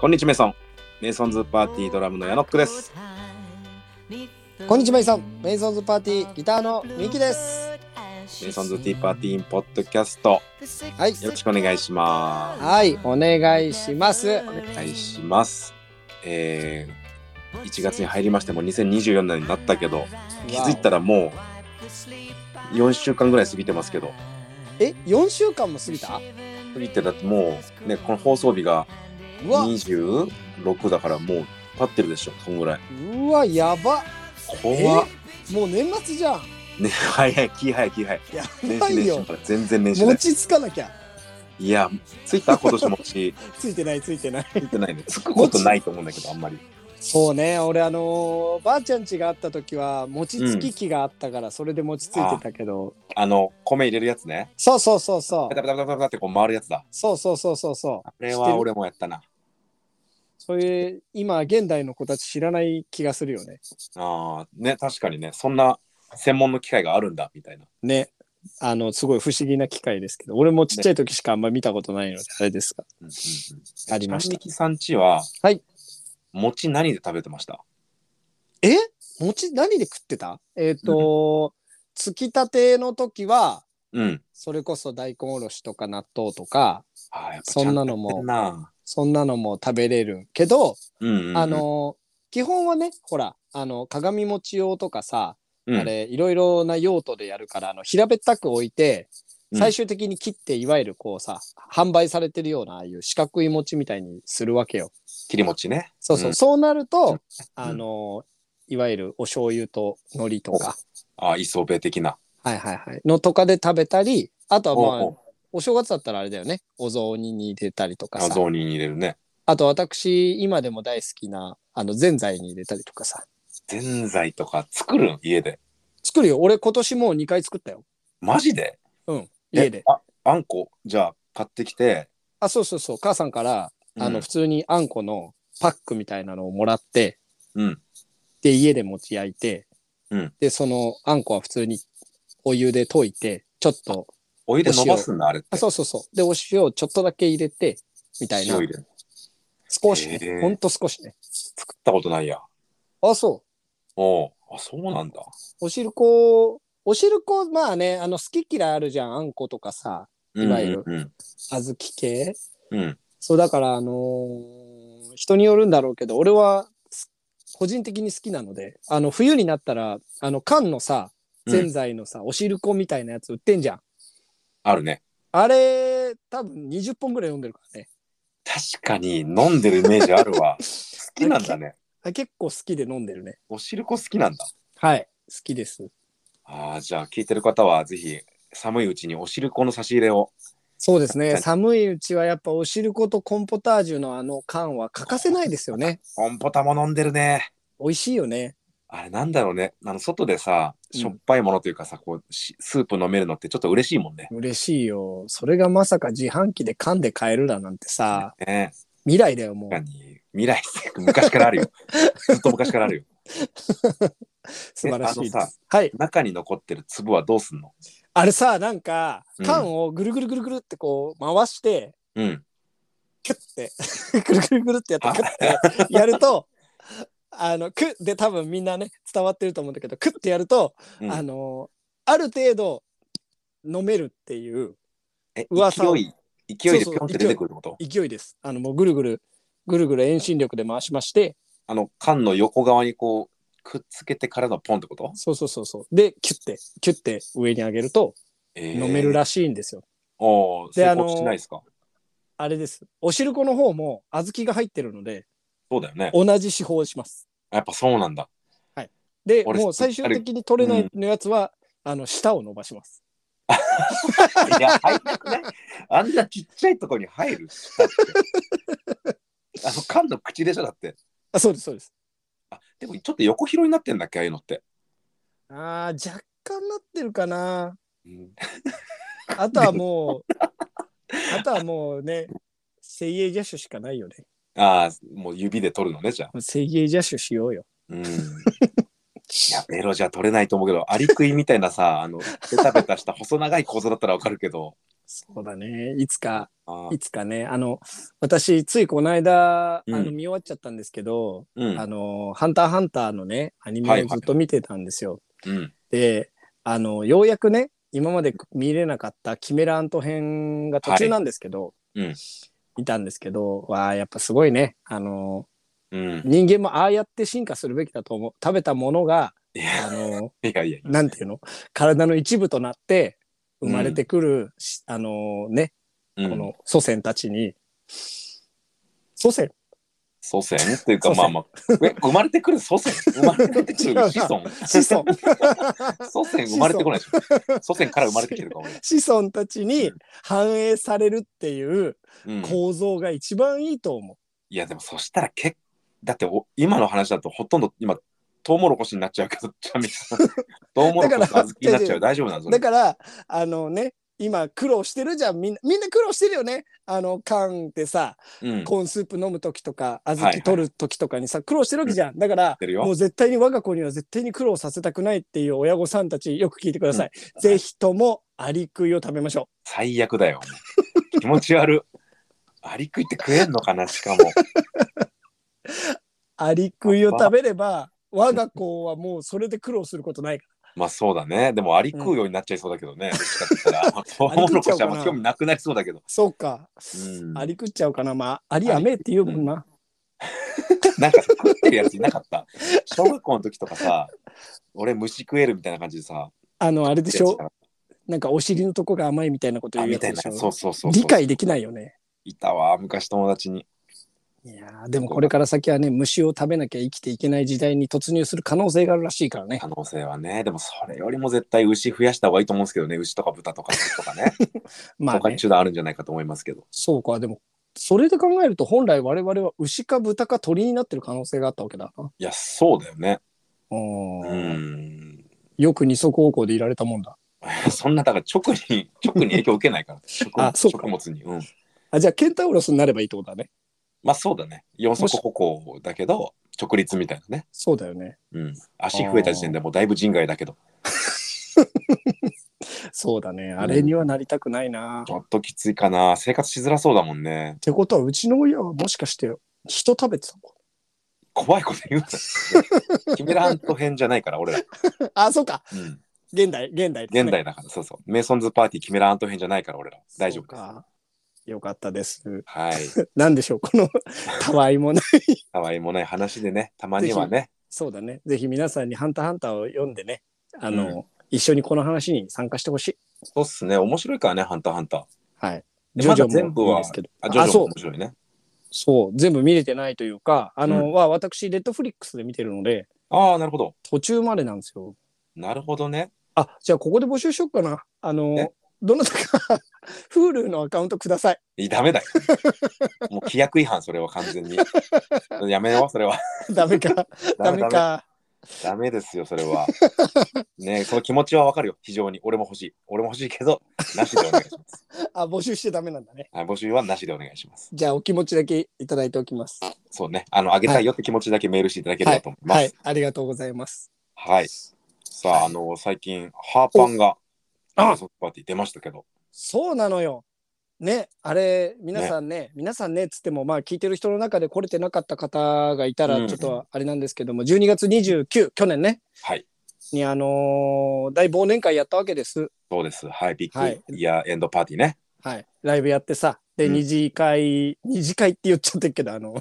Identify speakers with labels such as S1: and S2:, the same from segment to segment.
S1: こんにちは、メイソン。メイソンズパーティードラムのヤノックです。
S2: こんにちは、メイソン。メイソンズパーティーギターのミキです。
S1: メイソンズティーパーティーインポッドキャスト、
S2: はい
S1: よろしくお願いします。
S2: はい、お願いします。
S1: お願いします。えー、1月に入りましてもう2024年になったけど、気づいたらもう4週間ぐらい過ぎてますけど、
S2: え、4週間も過ぎた
S1: 過ぎてだってもうね、この放送日が
S2: うわ、
S1: 26だからもう経ってるでしょ、そんぐらい。
S2: うわ、やば。
S1: 怖っ。
S2: もう年末じゃん。
S1: ね、早い、気早い、気早い。
S2: や
S1: 年
S2: ば
S1: 始
S2: い
S1: 年始
S2: よ
S1: だ。から全然年始だ
S2: 持
S1: よ
S2: ちつかなきゃ。
S1: いや、ツイッター今年もし、
S2: ついてない、ついてない。
S1: ついてないね。つくことないと思うんだけど、あんまり。
S2: そうね、俺あのーばあちゃん家があった時は、餅つき機があったから、それで餅ついてたけど。
S1: あの、米入れるやつね。
S2: そうそうそうそ
S1: パタ
S2: う。
S1: パタパタパタってこう回るやつだ。
S2: そうそうそうそうそう
S1: あ。れは俺もやったな。
S2: そういう、今、現代の子たち知らない気がするよね。
S1: ああ、ね、確かにね、そんな専門の機会があるんだ、みたいな。
S2: ね。あの、すごい不思議な機会ですけど、俺もちっちゃい時しかあんま見たことないので、あれですが。
S1: うんうんうん
S2: ありました
S1: 三木さんちは、
S2: はい。
S1: 餅何で食べてました
S2: え餅何で食ってたえっ、と、つきたての時は、
S1: うん。
S2: それこそ大根おろしとか納豆とか、
S1: ああ、やっぱ
S2: そんなのも
S1: ちゃとやってんな
S2: そんなのも食べれるけど、
S1: うんうんうん。
S2: あ、の、基本はね、ほら、あの、鏡餅用とかさ、
S1: うん、
S2: あれ、いろいろな用途でやるから、あの、平べったく置いて、
S1: うん
S2: 最終的に切って、いわゆるこうさ、販売されてるような、ああいう四角い餅みたいにするわけよ。
S1: 切り餅ね。
S2: そうそう、
S1: ん
S2: そうなる
S1: う
S2: と、あの、いわゆるお醤油と海苔とか、
S1: ああ、磯辺的な。
S2: はいはいはい。のとかで食べたり、あとはまあ、
S1: おうおう
S2: お正月だったらあれだよね。お雑煮に入れたりとか
S1: あ
S2: さ。
S1: 雑煮に入れるね。
S2: あと私、今でも大好きな、あの、ぜんざいに入れたりとかさ。
S1: ぜんざいとか作るん家で。
S2: 作るよ。俺今年もう2回作ったよ。
S1: マジで
S2: うん。
S1: え
S2: 家で。
S1: ああんこじゃあ買ってきて、
S2: あ、そうそうそう。母さんから、あ
S1: う
S2: の、
S1: ん
S2: 普通にあんこのパックみたいなのをもらって、
S1: うん
S2: で、家で持ち焼いて、
S1: うん
S2: で、そのあんこは普通にお湯で溶いて、ちょっと、
S1: お湯で伸ばすんだあれって
S2: あ、そうそうそう。で、お塩をちょっとだけ入れて、みたいな
S1: 塩入。れる
S2: 少しね
S1: へー。
S2: ほんと少しね。
S1: 作ったことないや
S2: あ、そう。
S1: おうあそうなんだ
S2: おしるこ、おしるこ、まあね、あの、好き嫌いあるじゃん。あんことかさ、いわゆる
S1: うんうん
S2: 小豆系。
S1: うん、うん
S2: そう、だから、あのー人によるんだろうけど、俺は、す個人的に好きなので、あの、冬になったら、あの、缶のさ、
S1: うん
S2: ぜんざいのさ、おしるこみたいなやつ売ってんじゃん。
S1: あるね
S2: あれ、多分20本ぐらい飲んでるからね。
S1: 確かに飲んでるイメージある わ好きなんだね
S2: あ結構好きで飲んでるね。
S1: お汁粉好きなんだ
S2: はい。好きです。
S1: あーじゃあ聞いてる方はぜひ寒いうちにお汁粉の差し入れを
S2: そうです
S1: 確か
S2: ね。
S1: に
S2: 寒いうちはやっぱおしることコンポタージュのあの缶は欠かせないですよね。
S1: コンポタも飲んでるね
S2: 美味しいよね。
S1: あれなんだろうねあの外でさ
S2: うん
S1: しょっぱいものというかさ、こうしスープ飲めるのってちょっと嬉しいもんね
S2: 嬉しいよ。それがまさか自販機で缶で買えるだなんてさ、
S1: ね
S2: 未来だよ、もう
S1: 確か。に未来昔からあ るよずっと昔からあるよ
S2: 素晴らしいで
S1: あのさ
S2: す。はい。
S1: 中に残ってる粒はどうすんの
S2: あれさ、なんか
S1: う、ん
S2: 缶をぐるぐるぐるぐるってこう回して、
S1: うん
S2: キュッて、 ぐるぐるぐるってやって、キュッてやると、あの、クッで多分みんなね、伝わってると思うんだけど、クッてやると、
S1: うん
S2: あの、ある程度飲めるっていう
S1: え
S2: 噂を
S1: 勢い勢いでピ
S2: そうそう
S1: ョンって出てくるってこと
S2: 勢いです。あの、もうぐるぐる、ぐるぐる遠心力で回しまして、
S1: あの缶の横側にこうくっつけてからのポンってこと、
S2: そうそうそうそう。で、キュッて、キュッて上に上げると、
S1: えー
S2: 飲めるらしいんですよ。
S1: おー
S2: で
S1: 成
S2: あの
S1: 功しないですか
S2: あれです。おしるこの方も小豆が入ってるので、
S1: そうだよね
S2: 同じ手法をします。
S1: やっぱそうなんだ
S2: で、
S1: 俺
S2: もう最終的に取れないのやつは、あの、舌を伸ばします。
S1: い や入んなくないあんなちっちゃいとこに入るだってあの缶の口でしょだって
S2: あ、そうです、そうです。
S1: あでもちょっと横広になってんだっけああいうのって、
S2: あー若干なってるかな。
S1: うん
S2: あとはもう、あとはもうね、精鋭ジャッシュしかないよね。
S1: ああもう指で取るのねじゃあ
S2: 精鋭ジャッシュしようよ。
S1: うんいや、ベロじゃ取れないと思うけど、アリクイみたいなさ、あの、ベタベタした細長い構造だったらわかるけど。
S2: そうだね。いつか、
S1: あー
S2: いつかね。あの、私、ついこの間、あ
S1: うん
S2: の見終わっちゃったんですけど、
S1: うん
S2: あ。の、ハンターハンターのね、アニメをずっと見てたんですよ。
S1: うん。
S2: で、あの、ようやくね、今まで見れなかったキメラアント編が途中なんですけど、
S1: はいうん
S2: 見たんですけど、わあ、やっぱすごいね。あの、
S1: うん。
S2: 人間もああやって進化するべきだと思う食べたものが
S1: い
S2: あ
S1: や、
S2: の
S1: いやいや。
S2: なんていうの体の一部となって生まれてくる、しあのね
S1: う
S2: こ
S1: ん
S2: の祖先たちに、祖先
S1: 祖先っていうか
S2: 祖先
S1: まあまあえ生まれてくる祖先 生まれてく
S2: 違うな
S1: る子孫
S2: 子孫
S1: 祖先生まれてこないでしょ祖先から生まれてきてるかもね、
S2: 子孫たちに
S1: うん
S2: 反映されるっていう
S1: うん、
S2: 構造が一番いいと思う。
S1: いやでもそしたらけだってお今の話だとほとんど今トウモロコシになっちゃうけどちなみに トウモロコシと小豆になっちゃう大丈夫なんです
S2: だからあのね今苦労してるじゃんみんなみんな苦労してるよねあの缶でさ
S1: うん、
S2: コーンスープ飲む時とか小
S1: はいは
S2: 豆
S1: い
S2: 取る時とかにさ苦労してるわけじゃんだから
S1: てるよ
S2: もう絶対に我が子には絶対に苦労させたくないっていう親御さんたちよく聞いてください、ぜひともアリクイを食べましょ
S1: 最悪だよ気持ち悪いアリクイって食えんのかなしかも
S2: うアリクイを食べれば我が子はもうそれで苦労することないか
S1: まあそうだねでもアリ食うようになっちゃいそうだけどね、どっちかって言 ったらトウモロコシはあんま興味なくなりそうだけど
S2: ら そうか、
S1: うん
S2: アリ食っちゃうかなまあアリアメって言うもんな、
S1: なんかさ食ってるやついなか った。小学校の時とかさ、俺虫食えるみたいな感じでさ、
S2: あのあれでしょ
S1: や
S2: なんかお尻のとこが甘いみたいなこと
S1: つあ
S2: 言う
S1: み
S2: やつ
S1: たいな。
S2: でしょ
S1: そうそうそう。
S2: 理解できないよね
S1: いたわ、昔友達に。
S2: いやーでもこれから先はね虫を食べなきゃ生きていけない時代に突入する可能性があるらしいからね
S1: 可能性はね、でもそれよりも絶対牛増やした方がいいと思うんですけどね、牛とか豚とかとかね、
S2: まあ
S1: 他に
S2: ね
S1: 手段あるんじゃないかと思いますけど。
S2: そうか、でも、それで考えると、本来我々は牛か豚か鳥になってる可能性があったわけだな。
S1: いや、そうだよね。
S2: う。
S1: うんん。
S2: よく二足歩行でいられたもんだ。
S1: そんな、だから直に、直に影響受けないから、食
S2: あそうか
S1: 食物に。うん。
S2: あ、じゃあ、ケンタウロスになればいいってことだね。
S1: まあそうだね。四足歩行だけど、直立みたいなね。
S2: そうだよね。
S1: うん。足増えた時点でもうだいぶ人外だけど。
S2: そうだね。あれにはなりたくないな。
S1: ち
S2: っ
S1: ょっときついかな。生活しづらそうだもんね。
S2: てことは、うちの親はもしかして、人食べてたのか
S1: 怖いこと言うな。キメラハント編じゃないから、俺ら。
S2: あ、そうか。
S1: うん、
S2: 現代、現代、
S1: 現。代だから、そうそう。メイソンズパーティー、キメラハント編じゃないから、俺ら。大丈夫です。
S2: か。よかったです。
S1: はい。
S2: なんでしょう、こ のたわいもない。
S1: たわいもない話でね、たまにはね。
S2: そうだね。ぜひ皆さんにハンターハンターを読んでね、あの、一緒にこの話に参加してほしい。
S1: そうっすね。面白いからね、ハンターハンター。
S2: はい。
S1: で
S2: ジョジョ
S1: まだ全部
S2: もい
S1: はい
S2: ですけど。
S1: あ、ジョジョ
S2: そ
S1: も
S2: う
S1: 面、白いね。
S2: そう、全部見れてないというか、あの、
S1: う
S2: は私、レッドフリックスで見てるので、
S1: ああ、なるほど。
S2: 途中までなんですよ。
S1: なるほどね。
S2: あ、じゃあここで募集しようかな。あの
S1: え、
S2: どなたか、Hulu のアカウントください。
S1: いいダメだよ。もう規約違反、それは完全に。やめよう、それは。
S2: ダメか、ダメか。
S1: ダメですよ、それ は。ねえその気持ちはわかるよ、非常に。俺も欲しい。俺も欲しいけど、なしでお願いします。
S2: あ、募集しちゃダメなんだね。
S1: あ募集はなしでお願いします。
S2: じゃあお気持ちだけいただいておきます。
S1: そうね、あの、あげたいよって気持ちだけメールしていただければと思います。
S2: は
S1: はいい。、
S2: ありがとうございます。
S1: さあ、あの、最近、ハーパンが、
S2: あ
S1: ソフトパーティー出ましたけど、
S2: そうなのよ。ね、あれ皆さんね皆さんねっつってもまあ聞いてる人の中で来れてなかった方がいた
S1: う
S2: ら
S1: ん
S2: ちょっとあれなんですけども、12月29去年ね
S1: はい。
S2: にあのー大忘年会やったわけです。
S1: そうです。はい。ビ
S2: は
S1: ッ
S2: い
S1: グイヤーエンドパーティーね。
S2: はい。ライブやってさ、で、
S1: うん
S2: 二次会、二次会って言っちゃってるけど、あ の、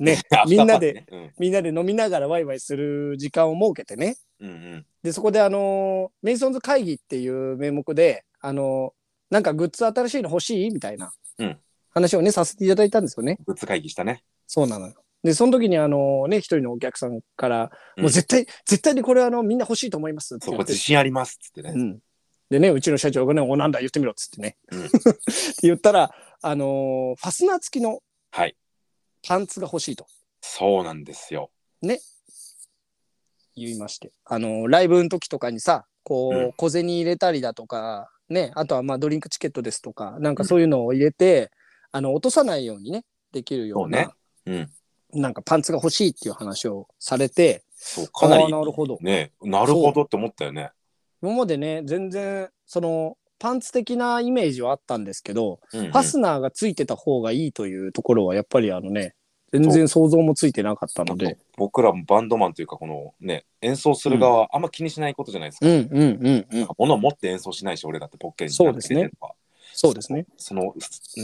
S2: ね、 みんな
S1: ア
S2: で、
S1: フターパーティーね。
S2: みんなで飲みながらワイワイする時間を設けてね。
S1: うん。うんうん。
S2: で、そこであの、メイソンズ会議っていう名目で、あの、なんかグッズ新しいの欲しいみたいな
S1: うん
S2: 話をね、させていただいたんですよね。
S1: グッズ会議したね。
S2: そうなのよ。で、その時にあのね、一人のお客さんから、
S1: うん
S2: もう絶対、絶対にこれあの、みんな欲しいと思いますって
S1: そ
S2: 言
S1: こ
S2: われて
S1: 自信ありますっつって
S2: う
S1: ね。
S2: ん、でねうちの社長がね「おなんだ言ってみろ」っつってね、
S1: うん
S2: って 言ったら、あのーファスナー付きの
S1: はい。
S2: パンツが欲しいと
S1: そうなんですよ。
S2: 言いまして、あのーライブの時とかにさこう、
S1: うん
S2: 小銭入れたりだとか、ね、あとはまあドリンクチケットですとかなんかそういうのを入れて、あの落とさないようにねできるような
S1: そうねうん。
S2: なんかパンツが欲しいっていう話をされて
S1: そうかな
S2: あ
S1: り
S2: ーなるほど
S1: ねなるほどって思ったよね。
S2: 今までね全然そのパンツ的なイメージはあったんですけど、
S1: うんうん
S2: ファスナーがついてた方がいいというところはやっぱりあのね全然想像もついてなかったので
S1: 僕らもバンドマンというかこのね演奏する側はあんま気にしないことじゃないですか。
S2: うんうんうんうん
S1: 物を持って演奏しないし俺だってポッケに
S2: そうですね
S1: なんか入れてるとか
S2: そうですね
S1: その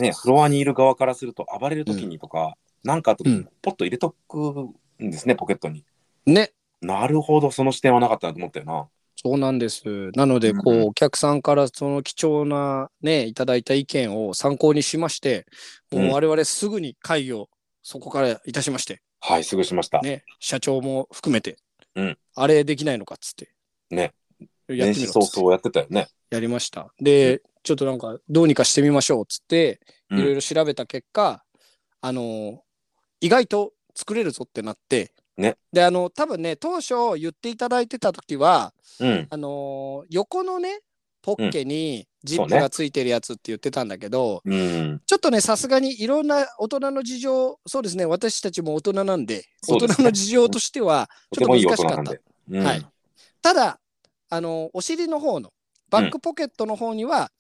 S1: ねフロアにいる側からすると暴れる時にとか何、なん、かあった時
S2: う
S1: に
S2: ん
S1: ポッと入れとくんですね、ポケットに。
S2: ね
S1: なるほどその視点はなかったなと思ったよな。
S2: そうなんですなのでこう、
S1: うん
S2: お客さんからその貴重なねいただいた意見を参考にしまして
S1: う
S2: も
S1: ん
S2: う我々すぐに会議をそこからいたしまして、
S1: はいすぐしました。
S2: ね社長も含めて、
S1: うん
S2: あれできないのかっつって
S1: ね
S2: やっ
S1: 年
S2: てみ
S1: 始
S2: ろっ
S1: 早
S2: つって
S1: 々やってたよね。
S2: やりましたでちょっとなんかどうにかしてみましょうっつって
S1: うん
S2: いろいろ調べた結果、あの意外と作れるぞってなって、
S1: ね
S2: であの多分ね当初言っていただいてた時は
S1: うん
S2: あの横のねポッケにジッ
S1: そう
S2: プ
S1: ね
S2: がついてるやつって言ってたんだけど、
S1: うん
S2: ちょっとねさすがにいろんな大人の事情そうですね私たちも大人なんで
S1: そう
S2: 大
S1: ですね
S2: 人の事情としては
S1: と
S2: ち
S1: て
S2: ょっ
S1: もいい
S2: と
S1: 大
S2: 難し
S1: 人な
S2: かっ
S1: ん
S2: た
S1: で。うん
S2: はいただあのお尻の方のバックポケットの方には、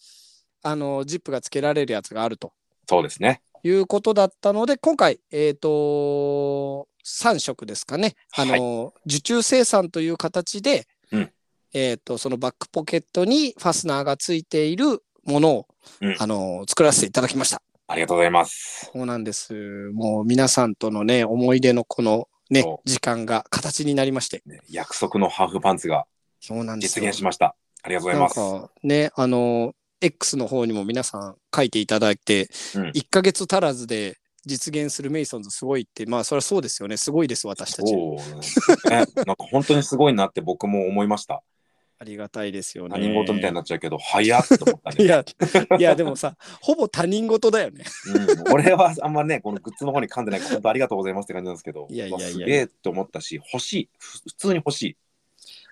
S2: あのジップがつけられるやつがあると
S1: そうですね。
S2: いうことだったので今回えっ、と3色ですかねあの、受注生産という形で、
S1: うん
S2: えっ、とそのバックポケットにファスナーがついているものを、
S1: うん
S2: あの作らせていただきました。
S1: ありがとうございます。
S2: そうなんです。もう皆さんとのね思い出のこのね
S1: そ
S2: 時間が形になりまして。
S1: ね約束のハーフパンツが
S2: そうなんです
S1: 実
S2: よ
S1: 現しました。ありがとうござい
S2: なん
S1: ます。
S2: かね、あの、X の方にも皆さん書いていただいて、
S1: うん
S2: 1ヶ月足らずで実現するメイソンズすごいって、まあ、それはそうですよね。すごいです、私たち。
S1: そうなんですよね なんか本当にすごいなって僕も思いました。
S2: ありがたいですよね。
S1: 他人事みたいになっちゃうけど、早っって思った
S2: い
S1: ね。
S2: や、いや、でもさ、ほぼ他人事だよね。
S1: うん、俺はあんまね、このグッズの方に噛んでないから、本当ありがとうございますって感じなんですけど、
S2: いやいやいや
S1: うわすげえって思ったし、欲しい。ふ普通に欲しい。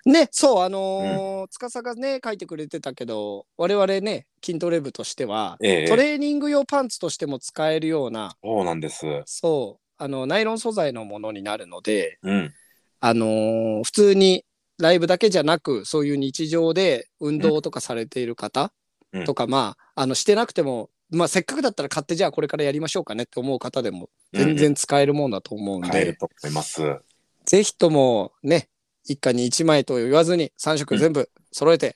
S2: ね、そう、あのー司がね、書いてくれてたけど、我々ね、筋トレ部としては、
S1: ええ
S2: トレーニング用パンツとしても使えるような、
S1: そうなんです。
S2: そう、あの、ナイロン素材のものになるので、
S1: うん。
S2: あのー普通にライブだけじゃなくそういう日常で運動とかされている方
S1: うん
S2: とか、まああのしてなくても、まあ、せっかくだったら買ってじゃあこれからやりましょうかねって思う方でも全然使えるもんだと思
S1: う
S2: うん
S1: ん
S2: で、
S1: 買えると思います。
S2: ぜひともね一家に1枚と言わずに3色全部揃えて、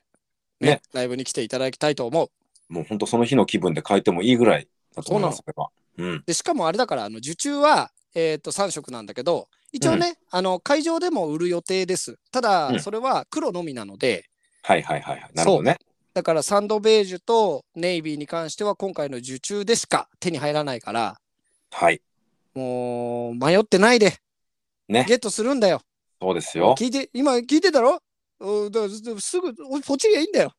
S1: うん
S2: ね
S1: ね
S2: ライブに来ていただきたいと思う
S1: もう本当その日の気分で変えてもいいぐらいだと思います。これはうん。
S2: でしかもあれだからあの受注は、えー、と3色なんだけど一応ね、あの会場でも売る予定ですた
S1: う
S2: だ
S1: ん
S2: それは黒のみなので、
S1: はいはいはいはい。なるほどね。
S2: だからサンドベージュとネイビーに関しては今回の受注でしか手に入らないから、
S1: はい。
S2: もう迷ってないで、
S1: ね
S2: ゲットするんだよ。
S1: そうですよ。
S2: 聞いて、今聞いてたろうんだからすぐ、おポチリがいいんだよ。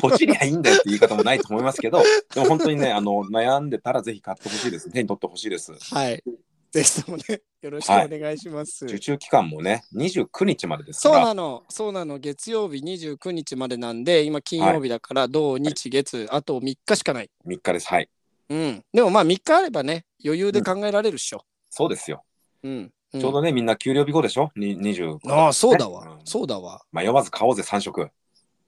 S1: ポチりゃいいんだよって言い方もないと思いますけど、でも本当にね、あの悩んでたらぜひ買ってほしいです。手に取ってほしいです。
S2: はい。 ぜひともね、よろしくお願いします。
S1: 受注期間もね、29日までです
S2: そ
S1: か
S2: う
S1: ら。
S2: なの、そうなの、月曜日29日までなんで、今金曜日だから、土日月、あと3日しかない。
S1: 3日です。はい。
S2: うん。でもまあ3日あればね、余裕で考えられるっしょ。
S1: そうですよ。
S2: うん。うん
S1: ちょうどね、みんな給料日後でしょに ?29 日。
S2: ああ、そうだわ
S1: ね。うん
S2: そうだわ。
S1: 迷わず買おうぜ、3色。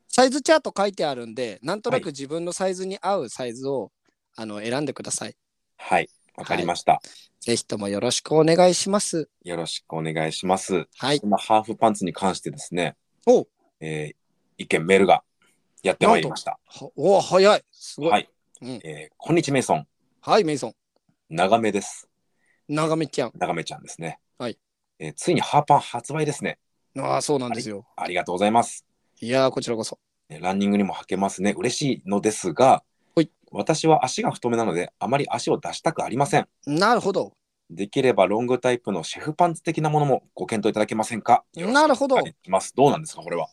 S2: サイズチャート書いてあるんで、なんとな
S1: は
S2: く自分のサイズに合うサイズを、あの選んでください。
S1: はい。わかりました、
S2: ぜひともよろしくお願いします。
S1: よろしくお願いします。
S2: はい。
S1: 今、ハーフパンツに関してですね、
S2: おう
S1: えー、一件メールがやってまいりました。
S2: はおう早い。すごい。
S1: は
S2: はい、
S1: い、
S2: うん
S1: えーこんにちはメイソン。
S2: メイソン。
S1: 長めです。
S2: 長めちゃん。
S1: 長めちゃんですね。
S2: はい。
S1: えーついにハーパン発売ですね。
S2: ああ、そうなんですよ。
S1: ありがとうございます。
S2: いやー、こちらこそ。
S1: ねランニングにも履けますね。嬉しいのですが
S2: ほい、
S1: 私は足が太めなので、あまり足を出したくありません。
S2: なるほど。
S1: できればロングタイプのシェフパンツ的なものもご検討いただけませんかよろしく
S2: なるほど
S1: お願いします。どうなんですか、これは。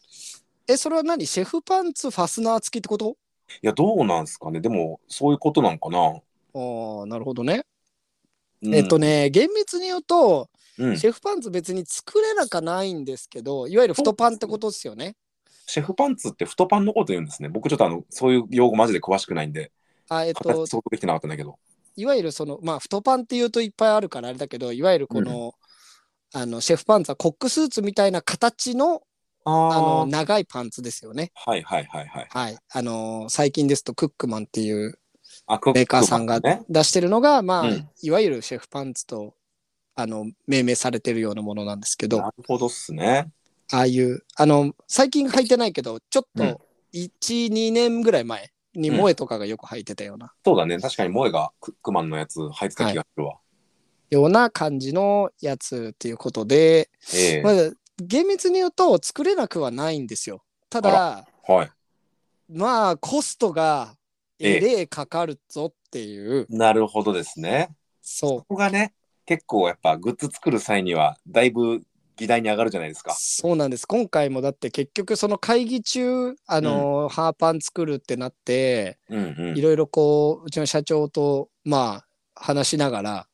S2: え、それは何シェフパンツファスナー付きってこと
S1: いや、どうなんですかね。でも、そういうことなんかな。
S2: ああ、なるほどね。
S1: うん
S2: えっと、ね、厳密に言うと、
S1: うんシ
S2: シェフパンツ別に作れなかないんですけど、いわゆる太パンってことですよね。
S1: ェフパンツって太パンのこと言うんですね。僕ちょっとあの、そういう用語マジで詳しくないんで、
S2: あえっ
S1: 形
S2: と、
S1: 想像できてなかったんだけど。
S2: いわゆるそのまあ太パンっていうといっぱいあるからあれだけどいわゆるこの、あのシェフパンツはコックスーツみたいな形の
S1: あ
S2: あの
S1: ー
S2: 長いパンツですよね。
S1: はいはいはいはい。
S2: はい。あの最近ですとクックマンっていう
S1: あ、クック
S2: メーカーさんが
S1: ね。
S2: 出してるのが、まあ、
S1: うん
S2: いわゆるシェフパンツとあの命名されてるようなものなんですけど、
S1: なるほどっすね。
S2: ああいう、あの、最近履いてないけど、ちょっ
S1: うん
S2: と1、2年ぐらい前に
S1: うん
S2: 萌えとかがよく履いてたような、
S1: そうだね。確かに萌えがクックマンのやつ入ってた気がするわ。
S2: ような感じのやつっていうことで、
S1: ええ
S2: まず厳密に言うと作れなくはないんですよ。ただ、
S1: はい。
S2: まあ、コストが
S1: え
S2: え
S1: え
S2: れえかかるぞっていう、
S1: なるほどですね。
S2: そう
S1: こ、こがね、結構やっぱグッズ作る際にはだいぶ議題に上がるじゃないですか。
S2: そうなんです。今回もだって結局その会議中、あの、ハーパン作るってなって、
S1: うんう
S2: い
S1: ん。
S2: ろいろこう、うちの社長と、まあ、話しながら、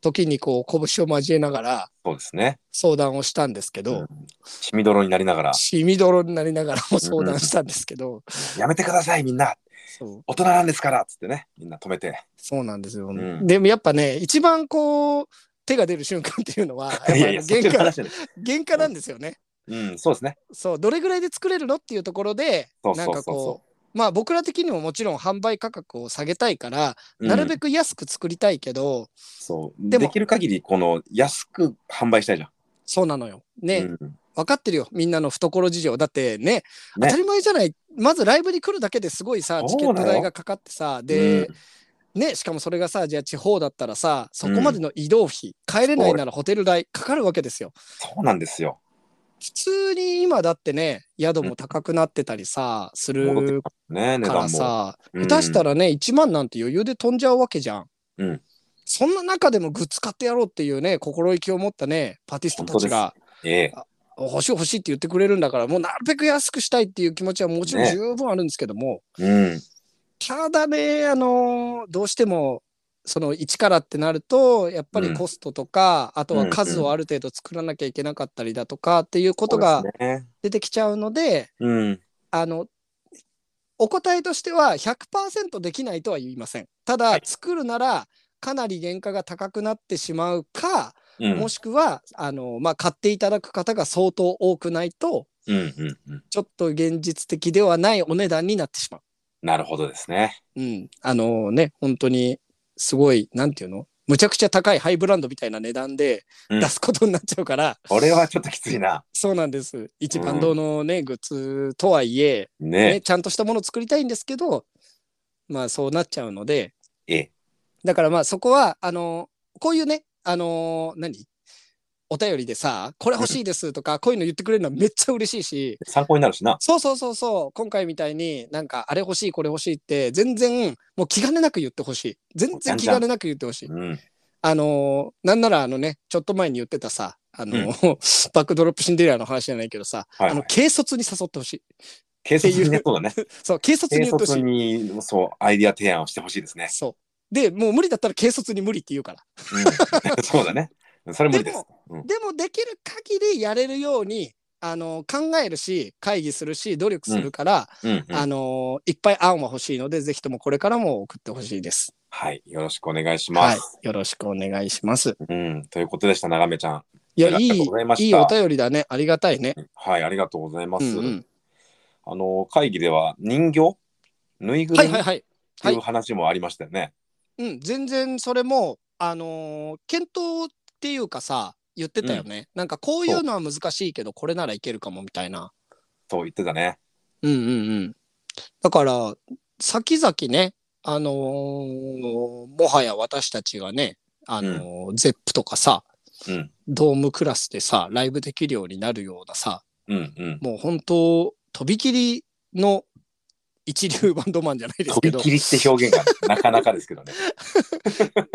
S2: 時にこう、拳を交えながら
S1: そうですね。
S2: 相談をしたんですけ
S1: う
S2: ど
S1: ん、血みどろになりながら、
S2: 血みどろになりながらも相談したんですけど、
S1: やめてくださいみんな
S2: そう、
S1: 大人なんですからっつってね、みんな止めて。
S2: そうなんですよ。
S1: ん
S2: でもやっぱね、一番こう、手が出る瞬間っていう のは、やっぱ
S1: いやいや、そうい
S2: 原
S1: う
S2: 価、
S1: 話じゃない。
S2: 原価なんですよね。
S1: うん、そうですね。
S2: そう、どれぐらいで作れるのっていうところで、
S1: そう
S2: な
S1: そ
S2: ん
S1: うそ
S2: か
S1: うそ
S2: こう、まあ僕ら的にももちろん販売価格を下げたいから、
S1: う。
S2: なるべ
S1: く、
S2: く安く作りたいけど、
S1: そう。
S2: でも
S1: できる限り、この安く販売したいじゃん。
S2: そうなのよ。ね、
S1: うん
S2: 分かってるよみんなの懐事情だってね当たり前じゃないまずライブに来るだけですごいさ
S1: そうだ
S2: チ
S1: よ
S2: ケット代がかかってさで、ねしかもそれがさじゃあ地方だったらさそこまでの移動費、帰れないならホテル代かかるわけですよ
S1: そうなんですよ。
S2: 普通に今だってね宿も高くなってたりさ、す
S1: 戻ってき
S2: る
S1: ますね、値
S2: から
S1: 段も。
S2: さ
S1: うん
S2: 下手したらね1万なんて余裕で飛んじゃうわけじゃん。
S1: うん
S2: そんな中でもグッズ買ってやろうっていうね心意気を持ったねパーティストたちが
S1: ええ
S2: 欲しい欲しいって言ってくれるんだからもうなるべく安くしたいっていう気持ちはもちろん
S1: ね
S2: 十分あるんですけども、
S1: うん。
S2: ただねあのーどうしてもその一からってなるとやっぱ
S1: う
S2: り
S1: ん
S2: コストとか、あと
S1: うん
S2: は
S1: うん
S2: 数をある程度作らなきゃいけなかったりだとかっていうことが
S1: そうですね。
S2: 出てきちゃうので
S1: うん。
S2: あのお答えとしては100%できないとは言いません。ただ、
S1: はい
S2: 作るならかなり原価が高くなってしまうか、
S1: うん。
S2: もしくはあの、まあ、買っていただく方が相当多くないと
S1: うんうんうん。
S2: ちょっと現実的ではないお値段になってしまう。
S1: なるほどですね。
S2: うん。あのね、本当にすごい、なんていうのむちゃくちゃ高いハイブランドみたいな値段で
S1: うん
S2: 出すことになっちゃうから、
S1: これはちょっときついな。
S2: そうなんです。一番堂のね、グッズとはいえ、ね、
S1: ね。
S2: ちゃんとしたものを作りたいんですけど、まあそうなっちゃうので、
S1: ええ。
S2: だからまあそこは、あのこういうね、あの何お便りでさ、これ欲しいですとか、こういうの言ってくれるのはめっちゃ嬉しいし、
S1: 参考になるしな。
S2: そうそうそうそう、今回みたいになんかあれ欲しい、これ欲しいって、全然もう気兼ねなく言ってほしい。全然気兼ねなく言ってほしい。
S1: うん。
S2: あのーなんならあのね、ちょっと前に言ってたさ、あのー バックドロップシンデレラの話じゃないけどさ、
S1: はい
S2: あ
S1: は
S2: の
S1: い。
S2: 軽率に誘ってほしい。
S1: 軽率に
S2: っ
S1: ね、そうだね。
S2: そう、軽率に
S1: 軽
S2: 言ってほし
S1: 率
S2: い。
S1: に、そう、アイディア提案をしてほしいですね。
S2: そう。で、もう無理だったら軽率に無理って言うから。
S1: うん そうだね。それ無理です。うん
S2: でもできる限りやれるように、あのー考えるし、会議するし、努力するから、
S1: うんう
S2: あ
S1: ん。
S2: のーいっぱい案は欲しいので、ぜひともこれからも送ってほしいです。
S1: はい。よろしくお願いしま
S2: はい
S1: す。、
S2: よろしくお願いします。
S1: うん。ということでした、ながめちゃん。
S2: いや、
S1: あ
S2: い
S1: り
S2: い、
S1: がとうございました
S2: いいお便りだね。ありがたいね。
S1: はい。ありがとうございま
S2: う
S1: す。
S2: んうん、
S1: あの、会議では人形ぬいぐ
S2: は
S1: る
S2: い
S1: み
S2: は
S1: っ
S2: いはい。
S1: ていう話もありましたよね。
S2: うん、全然それも、あのー検討っていうかさ、言ってたよね。なんかこういうのは難しいけど、これならいけるかもみたいな。
S1: そう言ってたね。
S2: うんうんうん。だから、先々ね、あのーもはや私たちがね、あのー、ゼップとかさ、
S1: うん。
S2: ドームクラスでさ、ライブできるようになるようなさ、
S1: うんうん。
S2: もう本当、とびきりの一流バンドマンじゃないです
S1: 飛
S2: け
S1: び
S2: ど、
S1: 切りって表現がなかなかですけどね。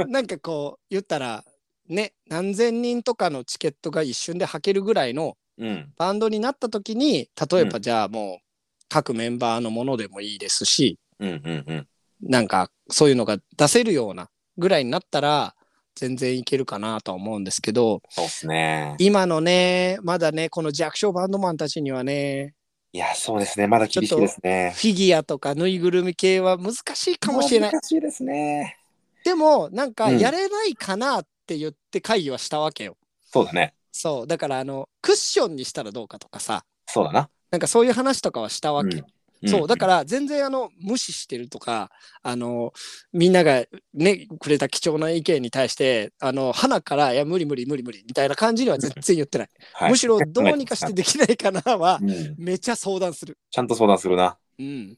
S2: なんかこう、言ったら、ね、何千人とかのチケットが一瞬で履けるぐらいの
S1: うん。
S2: バンドになった時に、例え
S1: う
S2: ばじゃあもう、各メンバーのものでもいいですし、
S1: うんうんうん。
S2: なんかそういうのが出せるようなぐらいになったら、全然いけるかなとは思うんですけど、
S1: そうっすね。
S2: 今のね、まだね、この弱小バンドマンたちにはね、
S1: いや、そうですね。まだ厳しいですね。
S2: フィギュアとかぬいぐるみ系は難しいかもしれない。
S1: 難しいですね。
S2: でもなんか
S1: うん
S2: やれないかなって言って会議はしたわけよ。
S1: そうだね。
S2: そうだからあのクッションにしたらどうかとかさ
S1: そうだな。
S2: なんかそういう話とかはしたわけ、
S1: うん
S2: そうだ
S1: ん
S2: から全然あの無視してるとかあのみんながねくれた貴重な意見に対してあの花から「いや無理無理無理無理」みたいな感じには全然言ってない、
S1: はい
S2: むしろどうにかしてできないかなは
S1: うん
S2: めちゃ相談する
S1: ちゃんと相談するな。
S2: うん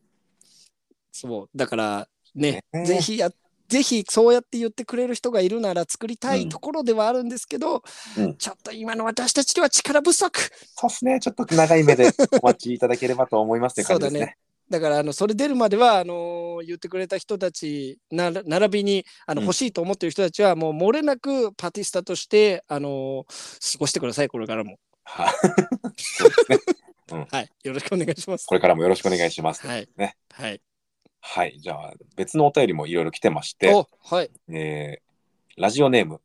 S2: そうだからね、
S1: ね
S2: ぜひやぜひそうやって言ってくれる人がいるなら作りたいところではあるんですけど、
S1: うん
S2: ちょっと今の私たちでは力不足
S1: そうですね。ちょっと長い目 でお待ちいただければと思いますという感じです
S2: そうだ
S1: ね。
S2: だからあのそれ出るまではあのー言ってくれた人たちなら並びにあの
S1: うん
S2: 欲しいと思ってる人たちはもう漏れなくパティスタとしてあのー過ごしてくださいこれからも
S1: はいそうですね。
S2: はいよろしくお願いします
S1: これからもよろしくお願いします。
S2: はい
S1: ね
S2: はい
S1: はい。じゃあ、別のお便りもいろいろ来てまして、
S2: おはい
S1: えーラジオネーム、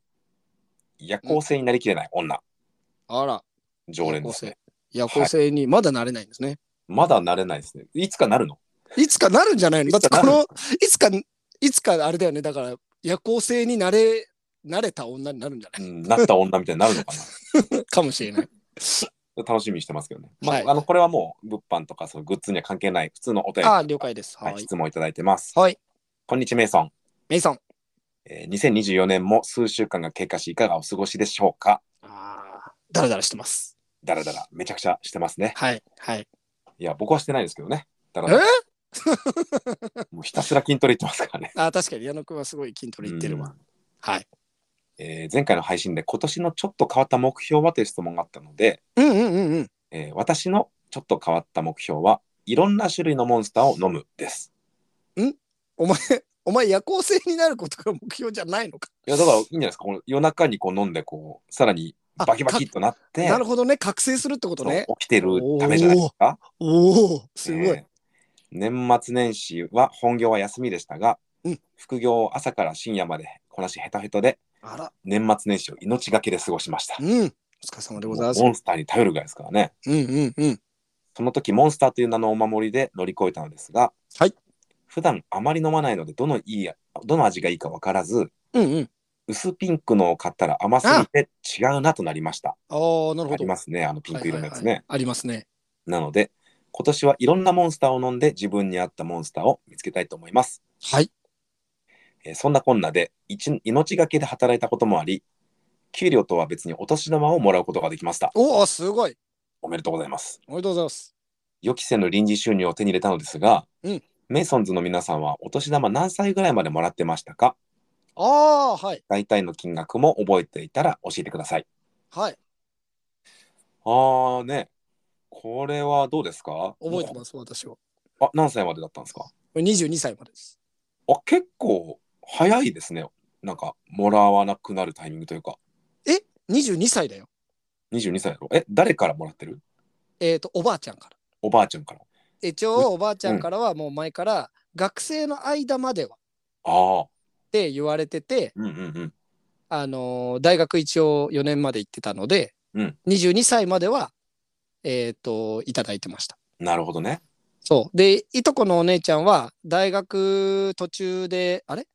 S1: 夜行性になりきれない女、
S2: あら
S1: 常連ですね。
S2: 夜行性にまだ慣れないんですね、
S1: まだなれないですね。いつかなるの
S2: い、つかなるんじゃないのだってこ
S1: い
S2: のいつかいつかあれだよねだから夜行性になれ慣れた女になるんじゃ
S1: う
S2: なん
S1: なった女みたいになるのか
S2: いかもしれない
S1: な楽しみにしてますけどね。まあ、
S2: はい
S1: あのこれはもう、物販とかそのグッズに は関係ない、普通のお便り、
S2: ああ了解ですは
S1: はいい、質問いただいてます。
S2: はい
S1: こんにちは、メイソン。
S2: メイさん
S1: えー2024年も数週間が経過し、いかがお過ごしでしょうか
S2: ああだらだらしてます
S1: だらだら、めちゃくちゃしてますね。
S2: はいはい
S1: いや、僕はしてないですけどね。だら
S2: え
S1: だら もうひたすら筋トレ行ってますからね。
S2: あ確かに矢野くんはすごい筋トレいってる
S1: う
S2: わ。
S1: ん
S2: はい。
S1: えー前回の配信で今年のちょっと変わった目標はという質問があったので、
S2: うんうんうんうん。
S1: えー私のちょっと変わった目標はいろんな種類のモンスターを飲むです。
S2: お前、お前夜行性になることが目標じゃないのか。
S1: いやだからいいんじゃないですか。この夜中にこう飲んでこうさらに
S2: あ
S1: バキバキっとなって
S2: なるほどね。覚醒するってことね
S1: そ。う起きてるためじゃないですか。
S2: おお、すごい。
S1: えー年末年始は本業は休みでしたが、
S2: うん
S1: 副業を朝から深夜までこなしヘトヘトで
S2: あら。
S1: 年末年始を命がけで過ごしました
S2: う。ん。お疲れ様でございます。
S1: モンスターに頼るぐらいですからね。
S2: うんうんうん。
S1: その時モンスターという名のお守りで乗り越えたのですが、
S2: はい
S1: 普段あまり飲まないのでどのいいやどの味がいいか分からず
S2: うんうん。
S1: 薄ピンクのを買ったら甘すぎて違うなとなりました
S2: ああ、な
S1: あ
S2: るほ
S1: り
S2: ど。
S1: ますねあのピンク色のやつね、
S2: はいはいはいありますね。
S1: なので今年はいろんなモンスターを飲んで自分に合ったモンスターを見つけたいと思います、
S2: はい。
S1: えーそんなこんなで一命がけで働いたこともあり給料とは別にお年玉をもらうことができました
S2: おお、すごい。
S1: おめでとうございます
S2: おめでとうございます。
S1: 予期せぬ臨時収入を手に入れたのですが、
S2: うん
S1: メイソンズの皆さんはお年玉何歳ぐらいまでもらってましたか
S2: ああー、はい。
S1: 大体の金額も覚えていたら教えてください。
S2: はい。
S1: あーね、これはどうですか
S2: 覚えて
S1: す。
S2: ます、私は。
S1: あ、何歳までだったんですか
S2: 22歳までです。
S1: あ、結構早いですね。なんか、もらわなくなるタイミングというか、
S2: 22歳だよ。
S1: 22歳だろえ、誰からもらってる
S2: えっ、と、おばあちゃんから。
S1: おばあちゃんから。
S2: 一応、おばあちゃんからはもう前から、学生の間までは
S1: ああ、
S2: って言われてて、
S1: うんうんうん。
S2: あのー大学一応4年まで行ってたので、
S1: うん
S2: 22歳までは、えっ、と、いただいてました。
S1: なるほどね。
S2: そう。で、いとこのお姉ちゃんは、大学途中で、あれ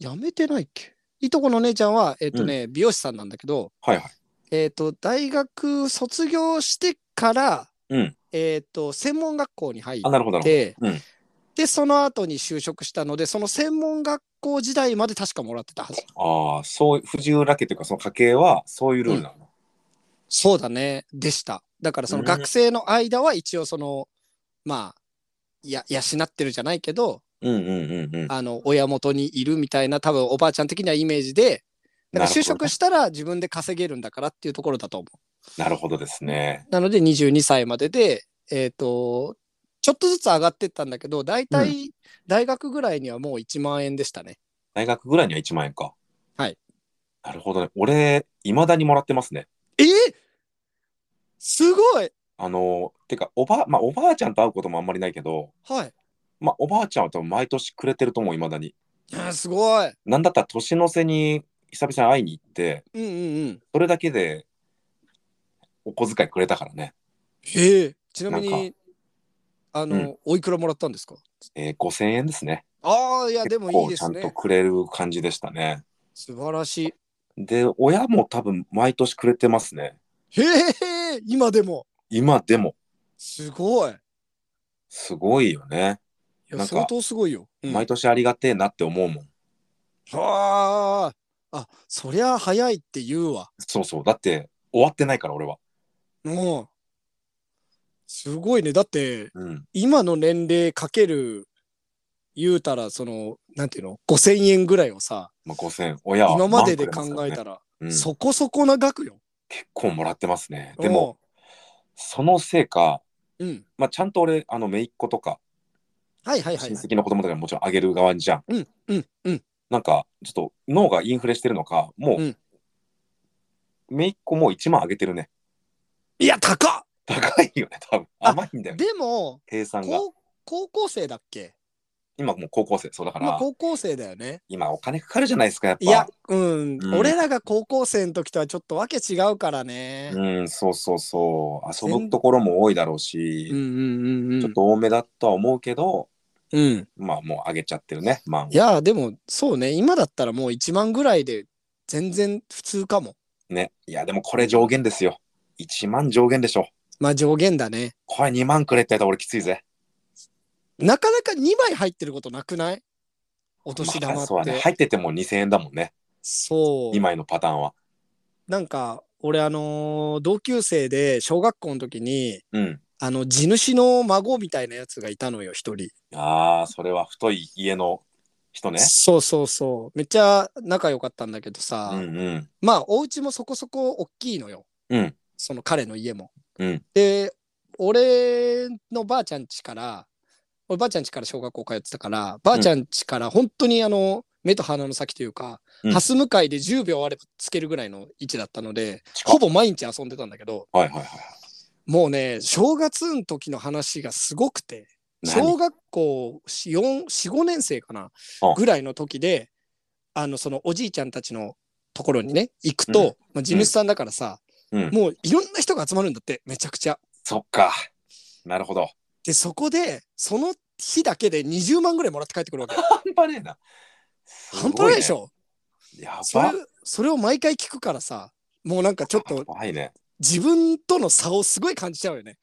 S2: やめてないっけいとこのお姉ちゃんは、えっ、とね、美容師さんなんだけど、
S1: はいはい。
S2: えっ、と、大学卒業してから、
S1: うん
S2: えっ、と、専門学校に入っ
S1: あ、なるほどなる
S2: て、
S1: ほどうん
S2: で、その後に就職したので、その専門学校時代まで確かもらってたはず。
S1: ほど。ああ、そう、藤浦家というか、その家系は、そういうルールなの、
S2: そうだね、でした。だからその学生の間は一応その、まあ、や、養ってるじゃないけど、
S1: うんうんうんうん。
S2: あの、親元にいるみたいな、多分おばあちゃん的にはイメージで、だから就職したら自分で稼げるんだからっていうところだと思
S1: なるほどですね。
S2: う。なので22歳までで、えっ、と、ちょっとずつ上がってったんだけど、大体大学ぐらいにはもう1万円でしたね。
S1: 大学ぐらいには1万円か。
S2: はい。
S1: なるほどね。俺、いまだにもらってますね。
S2: えーすごい
S1: あのー、てか、おば、まあ、おばあちゃんと会うこともあんまりないけど、
S2: はい。
S1: まあ、おばあちゃんは多分毎年くれてると思う、いまだに。
S2: いやすごい。
S1: なんだったら年の瀬に久々に会いに行って、
S2: うんうんうん。
S1: それだけでお小遣いくれたからね。
S2: へえ。ちなみ
S1: なん
S2: に、あの、
S1: うん
S2: おいくらもらったんですか
S1: えー、5000円ですね。
S2: ああ、いや、でもいい
S1: こう
S2: で
S1: ちゃ
S2: す
S1: んと
S2: ね。
S1: くれる感じでしたね。
S2: 素晴らしい。
S1: で、親も多分毎年くれてますね。
S2: へえ、今でも。
S1: 今でも。
S2: すごい。い
S1: すごいよね。
S2: や、
S1: なんか
S2: 相当すごいよ。うん
S1: 毎年ありがてえなって思うもん。
S2: はあ。あ、そりゃ早いって言うわ。
S1: そうそう。だって、終わってないから、俺は。
S2: もう。すごいね。だって、
S1: うん。
S2: 今の年齢かける、言うたら、その、なんていうの ?5000 円ぐらいをさ、
S1: まあ、5000、親は。
S2: 今までで考えた
S1: ら、
S2: ら、
S1: うん
S2: そこそこな額よ。
S1: 結構もらってますね。でも、そのせいか、
S2: うん、うん。
S1: まあ、ちゃんと俺、あの、姪っ子とか、
S2: はいはいはい
S1: 親
S2: はい。
S1: 戚の子供とかにもちろんあげる側にじゃん。
S2: うん、うん、うん。
S1: なんか、ちょっと脳がインフレしてるのか、もう、
S2: うん
S1: 姪っ子もう1万あげてるね。
S2: いや、高っ
S1: 高いよね、多分。
S2: あ
S1: 甘いんだよね、
S2: でも、
S1: 計算が。
S2: 高高校生だっけ
S1: 今もう高校生、そうだか
S2: まあ
S1: ら、
S2: 高校生だよね。
S1: 今お金かかるじゃないですか、やっぱ。
S2: いや、うん、
S1: うん
S2: 俺らが高校生の時とはちょっとわけ違うからね。
S1: うん、そうそうそう。遊ぶところも多いだろうし、
S2: うんうんうんうん。
S1: ちょっと多めだとは思うけど、
S2: うん。
S1: まあもうあげちゃってるね、ま
S2: いや、でも、そうね、今だったらもう1万ぐらいで全然普通かも。
S1: あ。ね。いや、でもこれ上限ですよ。1万上限でしょ。
S2: まあ上限だね。
S1: これ2万くれってやったら俺きついぜ。
S2: なかなか2枚入ってることなくないお年
S1: ま
S2: 玉
S1: あ
S2: って。
S1: そうだね。入ってても2000円だもんね。
S2: そう
S1: 2枚のパターンは。
S2: なんか、俺あのー同級生で小学校の時に、
S1: うん。
S2: あの、地主の孫みたいなやつがいたのよ、一人。
S1: ああ、それは太い家の人ね。
S2: そうそうそう。めっちゃ仲良かったんだけどさ、
S1: うんうん。
S2: まあ、お家もそこそこ大きいのよ。
S1: うん
S2: その彼の家も。
S1: うん
S2: で、俺のばあちゃん家から、俺ばあちゃん家から小学校通ってたから、ばあちゃん家から本当にあの、目と鼻の先というか、
S1: うん
S2: ハス向かいで10秒あればつけるぐらいの位置だったので、
S1: 近っ
S2: ほぼ毎日遊んでたんだけど、
S1: はいはいはい。
S2: もうね、正月の時の話がすごくて、小
S1: 何
S2: 学校4、5年生かな
S1: あ
S2: ぐらいの時で、あの、そのおじいちゃんたちのところにね、行くと、
S1: うん
S2: まあ、地主さんだからさ、
S1: うん
S2: もういろんな人が集まるんだって、めちゃくちゃ。
S1: そっか。なるほど。
S2: で、そこで、その日だけで20万ぐらいもらって帰ってくる わけ。
S1: 半端ねえな。
S2: 半端ないでし
S1: ょ。
S2: ょ、
S1: や
S2: それ
S1: ば。。
S2: それを毎回聞くからさ、もうなんかちょっ と
S1: 怖いね。
S2: 自分との差をすごい感じちゃうよね。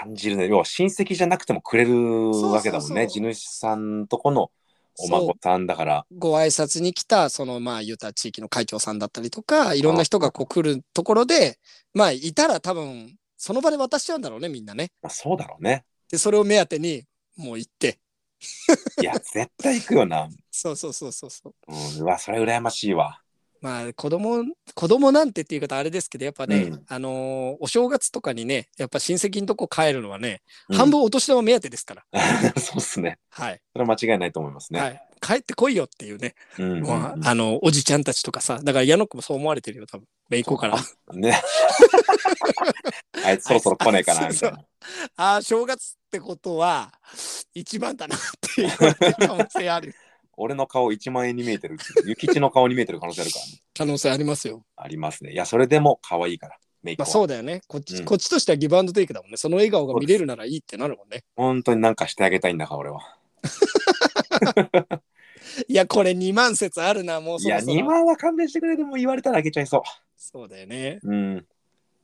S1: 感じるね。要は親戚じゃなくてもくれる
S2: そうそうそう
S1: わけだもんね。地主さんとこのお孫さんだから。
S2: ご挨拶に来た、そのまあ言うたら地域の会長さんだったりとか、いろんな人がこう来るところで、まあいたら多分、その場で渡しちゃうんだろうね、みんなね。
S1: まあ、そうだろうね。
S2: で、それを目当てに、もう行って。
S1: い や、絶対行くよな。
S2: そうそうそうそうそう。
S1: うん、うわ、それ羨ましいわ。
S2: まあ子供、子供なんてっていう方あれですけど、やっぱね、
S1: うん
S2: あのーお正月とかにね、やっぱ親戚のとこ帰るのはね、
S1: うん
S2: 半分お年玉目当てですから。
S1: そうっすね。
S2: はい。
S1: それは間違いないと思いますね。
S2: はい。帰ってこいよっていうね。
S1: うんうんうん
S2: もうあの、おじちゃんたちとかさ。だから矢野くんもそう思われてるよ、多分。めいっ子から。
S1: ね。あいつそろそろ来ねえかな、
S2: あい
S1: み
S2: つそ
S1: たいうな。
S2: ああ、正月ってことは、一番だなって言われてる可能性ある。
S1: 俺の顔1万円に見えてる。諭吉の顔に見えてる可能性あるから、ね、
S2: 可能性ありますよ。
S1: ありますね。いや、それでも可愛いから。メイク
S2: まあ
S1: は、
S2: そうだよね。こっち、
S1: うん
S2: こっちとしてはギブアンドテイクだもんね。その笑顔が見れるならいいってなるもんね。
S1: 本当になんかしてあげたいんだから、俺は。
S2: いや、これ2万説あるな、もう
S1: い
S2: そろ
S1: や、
S2: そろ
S1: 2万は勘弁してくれても言われたらあげちゃいそ
S2: そうだよね。
S1: う。うん。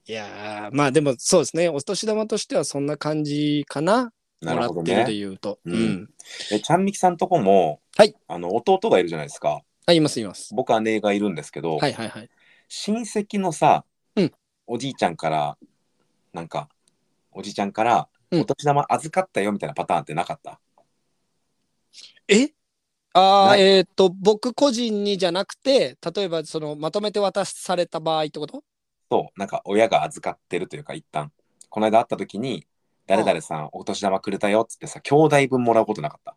S2: いやーまあでもそうですね。お年玉としてはそんな感じかな。
S1: な
S2: も
S1: る
S2: ら
S1: ほど
S2: ってるで
S1: ね。
S2: 言うと。
S1: うん
S2: うん。
S1: え、ちゃんみきさんとこも、
S2: はい
S1: あの、弟がいるじゃないですか。
S2: はい、います、います。
S1: 僕、姉がいるんですけど、
S2: はいはいはい。
S1: 親戚のさ、
S2: うん
S1: おじいちゃんから、なんか、おじいちゃんから、
S2: うん
S1: お年玉預かったよみたいなパターンってなかった、
S2: えあ
S1: な
S2: あ、
S1: い
S2: えっ、と、僕個人にじゃなくて、例えばそのまとめて渡された場合ってこと
S1: そう、なんか親が預かってるというか、一旦。この間会った時に、誰々さん、お年玉くれたよっつってさ、兄弟分もらうことなかった。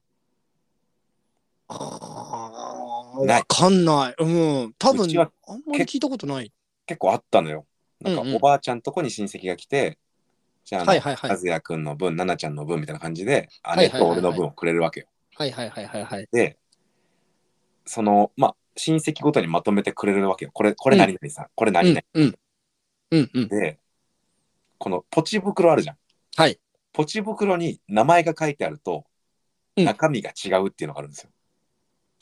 S2: ああ、
S1: ない
S2: わかんない。うん。多
S1: う
S2: 分
S1: ちは、
S2: あんまり聞いたことない。
S1: 結構あったのよ。なんか、
S2: うんうん
S1: おばあちゃんとこに親戚が来て、じゃああの、
S2: はいはいはい
S1: 和也くんの分、奈々ちゃんの分みたいな感じで、
S2: はい
S1: 姉
S2: はいはい
S1: と
S2: はい
S1: 俺の分をくれるわけよ。
S2: はいはいはいはいはい。
S1: で、その、まあ、親戚ごとにまとめてくれるわけよ。これ、これ何々さん、これ何々。
S2: うんうん。うんうん。
S1: で、このポチ袋あるじゃん。
S2: はい。
S1: ポチ袋に名前が書いてあると、
S2: うん
S1: 中身が違うっていうのがあるんですよ。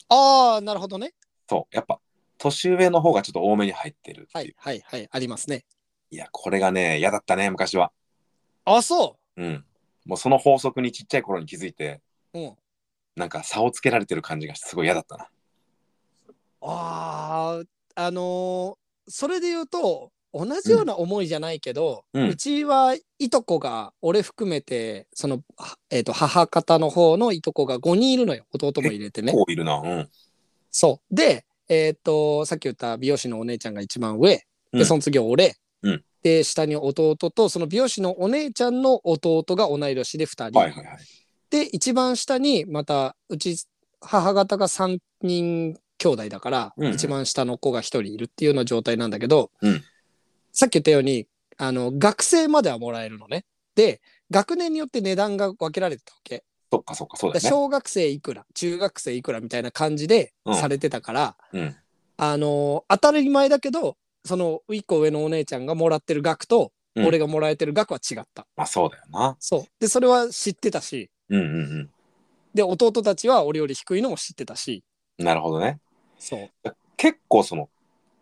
S2: ああ、なるほどね。
S1: そう、やっぱ、年上の方がちょっと多めに入ってるって
S2: は
S1: いう。
S2: いはいはい、ありますね。
S1: いや、これがね、嫌だったね、昔は。
S2: あ、そ
S1: うん。もうその法則にちっちゃい頃に気づいて、
S2: ううん。
S1: なんか差をつけられてる感じがしてすごい嫌だったな。
S2: ああ、あのーそれで言うと、同じような思いじゃないけど、
S1: う
S2: うんちはいとこが、俺含めて、その、はえっ、と、母方の方のいとこが5人いるのよ。弟も入れてね。
S1: こういるな。うん。
S2: そう。で、えっ、と、さっき言った美容師のお姉ちゃんが一番上。
S1: うん
S2: で、その次俺。
S1: うん
S2: で、下に弟と、その美容師のお姉ちゃんの弟が同い年で2人。
S1: はいはいはい。
S2: で一番下にまたうち母方が3人兄弟だから、
S1: うんうん
S2: 一番下の子が1人いるっていうような状態なんだけど、
S1: うん
S2: さっき言ったようにあの学生まではもらえるのね。で学年によって値段が分けられてたわけ。
S1: そっかそっか、そう
S2: だか
S1: だ
S2: ら
S1: よね。
S2: 小学生いくら、中学生いくらみたいな感じで
S1: うん
S2: されてたから、
S1: うん。
S2: あの当たり前だけどその1個上のお姉ちゃんがもらってる額と、
S1: うん
S2: 俺がもらえてる額は違った。
S1: まあそうだよな。
S2: そうでそれは知ってたし
S1: うんうん
S2: で弟たちは俺より低いのも知ってたし。
S1: うん。なるほどね。
S2: そう。
S1: 結構その、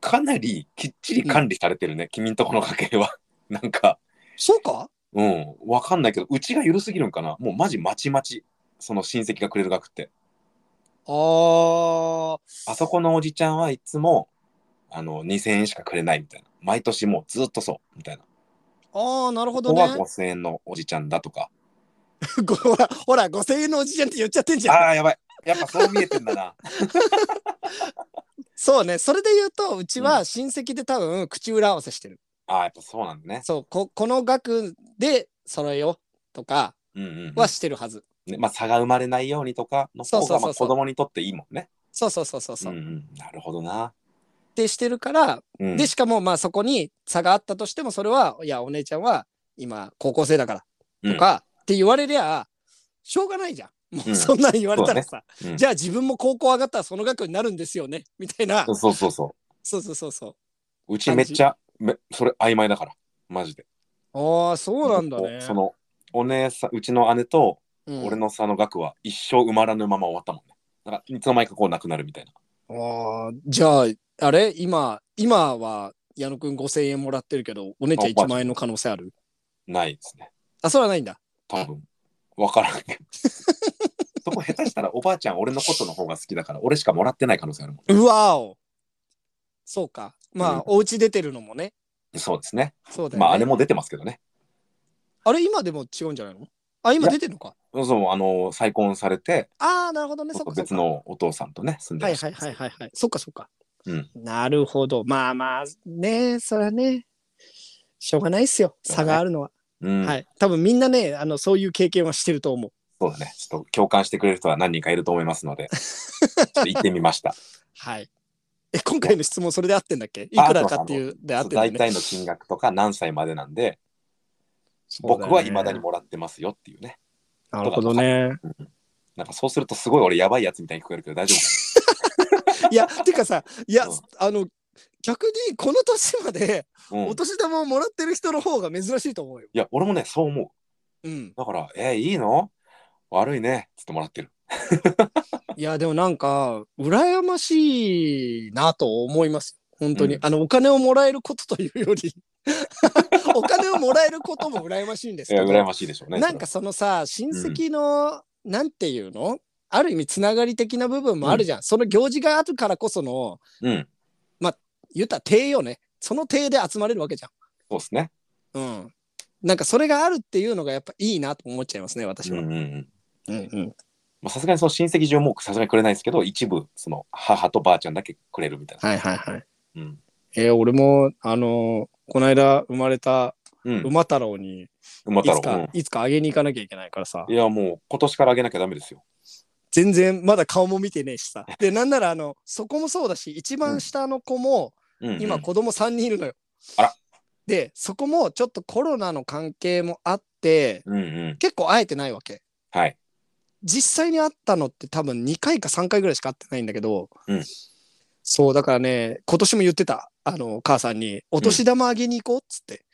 S1: かなりきっちり管理されてるね、君んとこの家計は。 なんか、
S2: そうか
S1: うん、わかんないけど、うちが緩すぎるんかな。もうマジまちまち。その親戚がくれる額って。
S2: あー
S1: あそこのおじちゃんはいつも、あの、2000円しかくれないみたいな。毎年もうずっとそう、みたいな。
S2: あー、なるほ
S1: こ
S2: ど
S1: こ
S2: ね
S1: は。5000円のおじちゃんだとか。
S2: ごほら、ほら、5000円のおじちゃんって言っちゃってんじゃん。
S1: ああ、やばい。やっぱそう見えてんだな。
S2: そうね。それで言うと、うちは親戚で多分、口裏合わせしてる。
S1: ああ、やっぱそうなんだね。
S2: そう、ここの額で揃えようとか
S1: うんうんうん、
S2: はしてるはず。
S1: ねまあ差が生まれないようにとかの
S2: そう
S1: 方
S2: そ
S1: が
S2: うそ
S1: ま
S2: う
S1: あ
S2: そう
S1: 子供にとっていいもんね。
S2: そうそうそうそう。
S1: う
S2: そうん
S1: うん、なるほどな。
S2: でしてるから、
S1: うん、
S2: で、しかも、まあ、そこに差があったとしても、それは、いや、お姉ちゃんは今、高校生だからとか、って言われりゃ、しょうがないじゃん。も
S1: う
S2: うんそんなん言われたらさ、
S1: うん
S2: じゃあ自分も高校上がったらその額になるんですよね、みたいな
S1: そ。うそうそうそ
S2: そうそうそうそう。
S1: う。うちめっちゃめそれ曖昧だから、マジで。
S2: ああ、そうなんだね。
S1: そのお姉さん、うちの姉と
S2: うん、
S1: 俺の差の額は一生埋まらぬまま終わったもんね。だからいつの間にかこうなくなるみたいな。
S2: ああ、じゃあ、あれ今、今は矢野くん5000円もらってるけど、お姉ちゃん1万円の可能性ある
S1: ないですね。
S2: あ、それはないんだ。
S1: 多分わからんけど。 そこ下手したらおばあちゃん俺のことの方が好きだから俺しかもらってない可能性あるも
S2: うわお。そうか。まあ、
S1: うん
S2: お家出てるのもね。
S1: ん。そうですね。
S2: そうだよね。
S1: まああれ
S2: も。
S1: も出てますけどね。
S2: あれ今でも違うんじゃないのあ、今
S1: いや
S2: 出てるのか。
S1: そうそうあの再婚されて
S2: ああ、なるほどね。そっかそっ
S1: 別
S2: か。
S1: のお父さんとね住んで
S2: は
S1: ら
S2: い
S1: っしゃ
S2: はいい
S1: ます
S2: はいはいはい。そっかそっか。
S1: うん
S2: なるほど。まあまあ、ねそれはね、しょうがないっすよ。差があるのは。
S1: うん
S2: はい。多分みんなね、あの、そういう経験はしてると思う。
S1: そうだね。ちょっと共感してくれる人は何人かいると思いますの で、ちょっと行ってみました。
S2: はい。え、今回の質問それで合ってんだっけいくらかっていう で合ってんだ
S1: 大
S2: よね。
S1: 体の金額とか何歳までなんで、
S2: そうだよ
S1: 僕
S2: ね
S1: は未だにもらってますよっていうね。
S2: なるほどね。
S1: なんかそうするとすごい俺やばいやつみたいに聞こえるけど大丈夫か
S2: いや、てかさ、いや、
S1: うん
S2: あの、逆にこの年まで
S1: な、うん、
S2: お
S1: い
S2: 年玉をもらってる人の方が珍しいと思うよ。
S1: や、俺もね、そう思う。
S2: うん。
S1: だから、えーいいの悪いね。つってもらってる。
S2: いや、でもなんか、羨ましいなと思います。本当に。
S1: うん
S2: あの、お金をもらえることという より、お金をもらえることも羨ましいんです
S1: い
S2: け
S1: や、
S2: ど。
S1: 羨ましいでしょうね。
S2: なんかそのさ親戚の、なんていうのある意味つながり的な部分もあるじゃん、その行事があるからこその
S1: それは、うん。
S2: 言ったら亭よねその亭で集まれるわけじ
S1: そうですね。
S2: ゃんうんなんかそれがあるっていうのがやっぱいいなと思っちゃいますね私
S1: うん
S2: は、
S1: うんうん。
S2: うんうん
S1: まあさすがにその親戚中もうさすがにくれないですけど、一部、その母とばあちゃんだけくれるみたい
S2: はいはいはい
S1: な。うん。
S2: えー俺もあのーこの間生まれた
S1: うん。
S2: 馬太郎に
S1: ま
S2: いつ
S1: た
S2: か、
S1: ろ
S2: いつかあげに行かなきゃいけないからさ
S1: うん。いや、もう今年からあげなきゃダメですよ。
S2: 全然まだ顔も見てねえしさでなんならあのそこもそうだし一番下の子
S1: うんう
S2: も、
S1: ん
S2: 今子供3人いるのよ。
S1: あら
S2: でそこもちょっとコロナの関係もあって
S1: うんうん。
S2: 結構会えてないわけ。
S1: はい。
S2: 実際に会ったのって多分2回か3回ぐらいしか会ってないんだけど、
S1: うん
S2: そうだからね今年も言ってたあの、母さんに、お年玉あげに行こうっつって、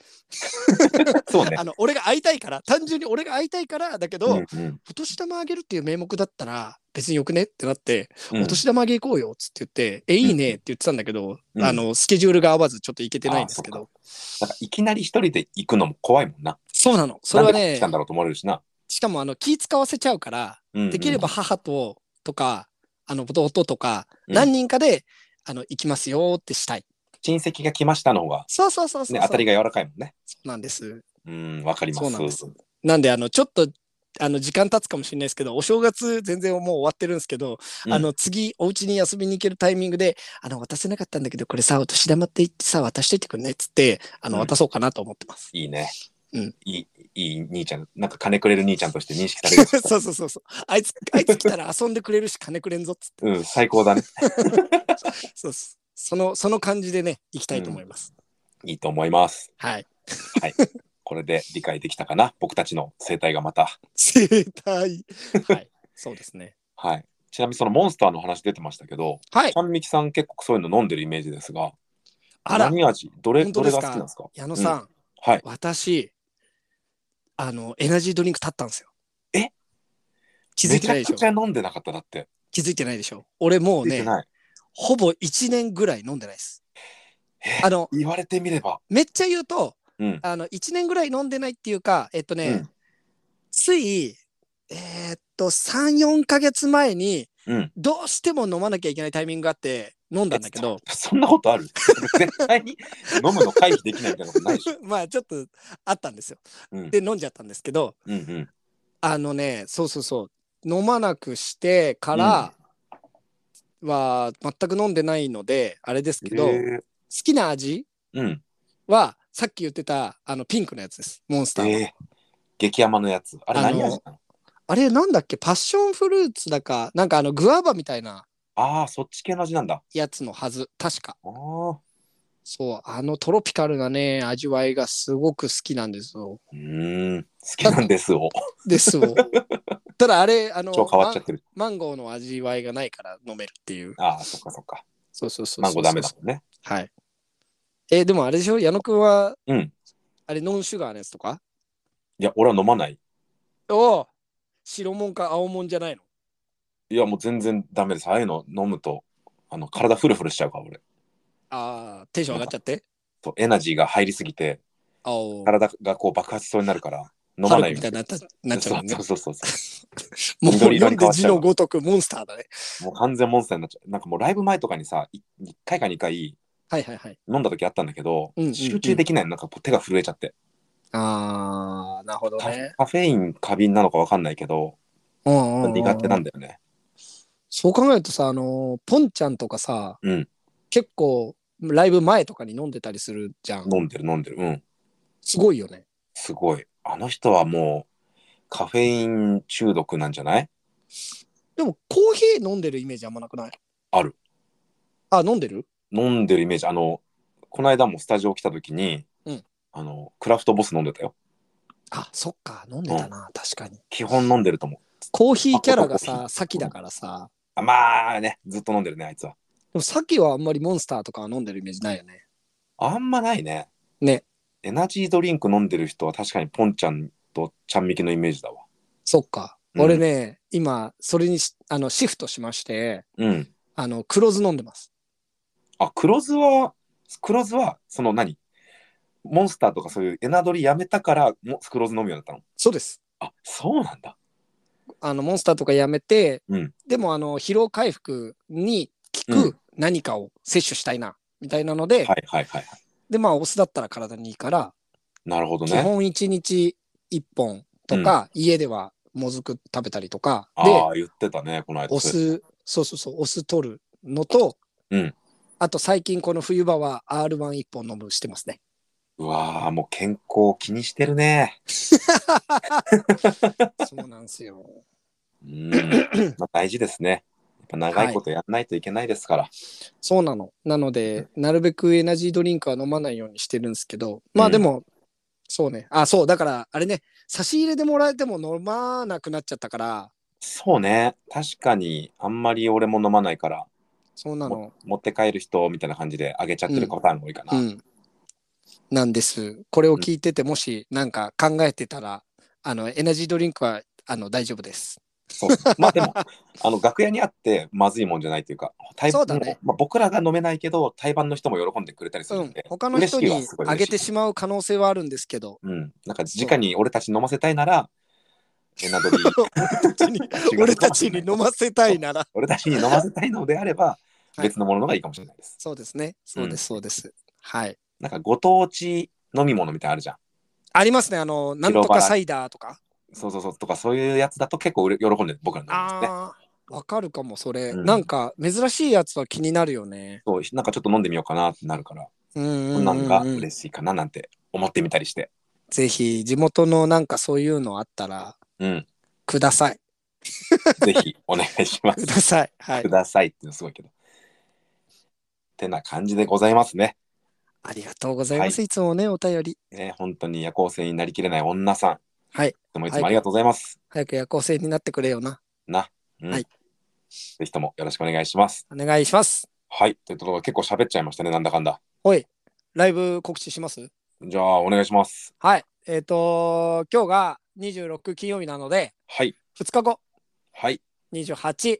S1: そう ね
S2: あ。の、俺が会いたいから、単純に俺が会いたいから、だけど、
S1: うんうん
S2: お年玉あげるっていう名目だったら、別によくねってなって、
S1: うん
S2: お年玉あげ行こうよっつって言って、え、いいねって言ってたんだけど、
S1: うん
S2: あの、スケジュールが合わずちょっと行けてないんですけ
S1: あそ
S2: ど、
S1: なんかいきなり一人で行くのも怖いもんな。
S2: そうなの。それは
S1: なんで来
S2: ね
S1: た、んだろうと思われるしな。
S2: しかもあの、気使わせちゃうから、
S1: うんうん
S2: できれば母と、とか、あの、弟とか、
S1: うん
S2: 何人かで、あの、行きますよってしたい。
S1: 親戚が来ましたの方が、
S2: そうそうそうそう。
S1: ね、当たりが柔らかいもんね。
S2: そうなんです。
S1: うん、わかります。
S2: そうなんです。なんで、あの、ちょっと、あの、時間経つかもしれないですけど、お正月全然もう終わってるんですけど、
S1: うん
S2: あの、次、お家に遊びに行けるタイミングで、あの、渡せなかったんだけど、これさ、お年玉って言ってさ、渡しといてくんないっつって、あの、
S1: うん
S2: 渡そうかなと思ってます。
S1: いいね。
S2: うん
S1: いい、いい兄ちゃん、なんか金くれる兄ちゃんとして認識される。
S2: そうそうそうそう。あいつ、あいつ来たら遊んでくれるし、金くれんぞっつ って。
S1: うん、最高だね。
S2: そうっすその、その感じでね、行きたいと思います。
S1: いいと思います。
S2: はい。
S1: これで理解できたかな僕たちの生態がまた。
S2: 生態。はい。そうですね。
S1: はい。ちなみにそのモンスターの話出てましたけど、
S2: はい。
S1: 三きさん結構そういうの飲んでるイメージですが、
S2: あら、
S1: 何味どれ、
S2: 本
S1: ど
S2: 当
S1: れ
S2: で
S1: が
S2: すか
S1: 好きなんですか
S2: 矢野さ、
S1: うんはい。
S2: 私、あの、エナジードリンク立ったんですよ。
S1: え
S2: 気づいてないでし
S1: め
S2: ょ
S1: ちゃくちゃ飲んでなかっただって。
S2: 気づいてないでしょ俺もう
S1: 気づいて
S2: ね、
S1: ない。
S2: ほぼ1年ぐらい飲んでないです。あの、
S1: 言われてみれば。
S2: めっちゃ言うと、
S1: うん。
S2: あの、1年ぐらい飲んでないっていうか、えっとね、
S1: うん
S2: つい、えーっと、3、4ヶ月前に、
S1: うん。
S2: どうしても飲まなきゃいけないタイミングがあって、飲んだんだけど、
S1: そそんなことある 絶対に飲むの回避できないみたいなことないでしょ。
S2: まあ、ちょっとあったんですよ。
S1: うん。
S2: で、飲んじゃったんですけど、
S1: うんうん。
S2: あのね、そうそうそう、飲まなくしてからは全く飲んでないので、あれですけど、
S1: へ
S2: 好
S1: ー
S2: きな味
S1: うん。
S2: は、さっき言ってた、あの、ピンクのやつです、モンスタ
S1: え
S2: ーは。
S1: え激甘のやつ。あれ
S2: あの
S1: 何味なの
S2: あれ、なんだっけ、パッションフルーツだか、なんかあの、グアバみたいな
S1: ああ、そっち系の味なんだ。
S2: やつのはず、確か。
S1: ああ。
S2: そう、あのトロピカルなね、味わいがすごく好きなんですよ。
S1: うーん。好きなんですを。
S2: です よ。ただ、あれ、あの、
S1: 超変わっちゃってる。
S2: マンマンゴーの味わいがないから飲めるっていう。
S1: ああ、そっかそっか。
S2: そうそうそうそ
S1: マ
S2: うそう。
S1: ンゴーダメだもんね。
S2: はい。えーでもあれでしょ矢野くんは、
S1: うん。
S2: あれ、ノンシュガーのやつとか
S1: いや、俺は飲まない。
S2: おお白もんか青もんじゃないの
S1: いや、もう全然ダメです。ああいうの飲むと、あの、体フルフルしちゃうから、俺。
S2: ああ、テンション上がっちゃって。
S1: そう、エナジーが入りすぎて、
S2: 青。
S1: 体がこう爆発しそうになるから、飲ま
S2: ハ
S1: な
S2: ル
S1: い
S2: クみたいになったなっちゃうもんね
S1: そう。そうそうそ
S2: もう
S1: 緑色
S2: 読
S1: に変
S2: んで
S1: わっち
S2: 字
S1: ゃう
S2: のごとくモンスターだね。
S1: う。も う完全モンスターになっちゃう。なんかもうライブ前とかにさ、い一回か二回
S2: はいはいはい。
S1: 飲んだ時あったんだけど、
S2: うんうんうん
S1: 集中できないの、なんかこう手が震えちゃって。
S2: ああ、なるほど
S1: カ
S2: ね。
S1: カフェイン過敏なのかわかんないけど、
S2: うんうん、
S1: 苦手なん
S2: だ。
S1: だよね。
S2: そう考えるとさ、あのーポンちゃんとかさ、
S1: うん。
S2: 結構、ライブ前とかに飲んでたりするじゃん。
S1: 飲んでる飲んでる。うん。
S2: すごいよね。
S1: すごい。あの人はもう、カフェイン中毒なんじゃない
S2: でも、コーヒー飲んでるイメージあんまなくない
S1: ある。
S2: あ、飲んでる
S1: 飲んでるイメージ。あの、この間もスタジオ来た時に、
S2: うん
S1: あの、クラフトボス飲んでたよ。
S2: あ、そっか、飲んでたな、確かに。
S1: 基本飲んでると思う。
S2: コーヒーキャラが
S1: あコー
S2: さ、先だからさ、
S1: あまあね、ずっと飲んでるね、あいつは。
S2: でも先はあんまりモンスターとかは飲んでるイメージないよね。
S1: あんまないね。
S2: ね。
S1: エナジードリンク飲んでる人は確かにポンちゃんとちゃんみきのイメージだわ。
S2: そっか。
S1: うん
S2: 俺ね、今、それにしあのシフトしまして、
S1: うん。
S2: あの、黒酢飲んでます。
S1: あ、黒酢は、黒酢は、その何モンスターとかそういうエナドリやめたから、も黒酢飲むようになったの
S2: そうです。
S1: あ、そうなんだ。
S2: あの、モンスターとかやめて、
S1: うん
S2: でも、あの、疲労回復に効
S1: う
S2: く何かを摂取したいな、みたいなの
S1: は
S2: で、
S1: いはいはい。はい
S2: で、まあ、お酢だったら体にいいから、
S1: なるほど
S2: 基
S1: ね。
S2: 本1日1本とか、家ではもずく食べたりとか、で、
S1: ああ、言ってたね、 この間。
S2: お酢、そうそうそう、お酢取るのと、
S1: うん
S2: あと最近この冬場は R1 一本飲むしてますね。
S1: うわあ、もう健康気にしてるね。
S2: そうなんですよ。
S1: うん。まあ大事ですね。やっぱ長いことやんないといけないですから。
S2: そうなの。なので、なるべくエナジードリンクは飲まないようにしてるんですけど、ま
S1: う
S2: あ
S1: ん
S2: でも、そうね。あ、そう、だからあれね、差し入れでもらえても飲まなくなっちゃったから、
S1: そうね。確かに、あんまり俺も飲まないから、
S2: そうなの
S1: も。持って帰る人みたいな感じであげちゃってるパターンが多いかな。
S2: うん。なんです。これを聞いてて、もしなんか考えてたら、あの、エナジードリンクは、あの、大丈夫です。
S1: そうまあでもあの楽屋にあってまずいもんじゃないというか対
S2: そうだね
S1: まあ、僕らが飲めないけど対バンの人も喜んでくれたりす
S2: う
S1: るん
S2: ん
S1: で、。
S2: 他の人に
S1: 嬉しいはすごい
S2: あ
S1: 嬉
S2: げ
S1: しい
S2: てしまう可能性はあるんですけど、
S1: うん、なんか直に俺たち飲ませたいならエナドリ
S2: 俺たちに俺たちに飲ませたいなら。
S1: 俺たちに飲ませたいのであれば
S2: はい
S1: 別のものの方がいいかもしれないです、
S2: そうですね。そうです、そうです。はい。
S1: なんかご当地飲み物みたいなのあるじゃん
S2: ありますね。あの、なんとかサイダーとか。
S1: そうそうそうとかそういうやつだと結構うれ喜んで僕ら飲みますね
S2: ああ、わかるかも、それ。
S1: うん
S2: なんか、珍しいやつは気になるよね。
S1: そうなんかちょっと飲んでみようかなってなるから
S2: うん
S1: こ
S2: うんうんん、
S1: なんが嬉しいかななんて思ってみたりして
S2: ぜひ、地元のなんかそういうのあったら、
S1: うん
S2: ください。
S1: ぜひお願いしま
S2: く
S1: す
S2: ださい。はい
S1: く。ださいっていうのすごいけど。てな感じでございますね。
S2: ありがとうございます。い、つもね、お便り。
S1: ね本当に夜行性になりきれない女さん。
S2: はい
S1: いつもいつもありがとうございます。
S2: 早く夜行性になってくれよな。
S1: うん
S2: はい
S1: ぜひともよろしくお願いします。
S2: お願いします。
S1: はい。というところで結構喋っちゃいましたね、なんだかんだ。
S2: おい、ライブ告知します
S1: じゃあ、お願いします。
S2: はい。えっ、と今日が26金曜日なので、
S1: はい。
S2: 2日後、
S1: はい。
S2: 28、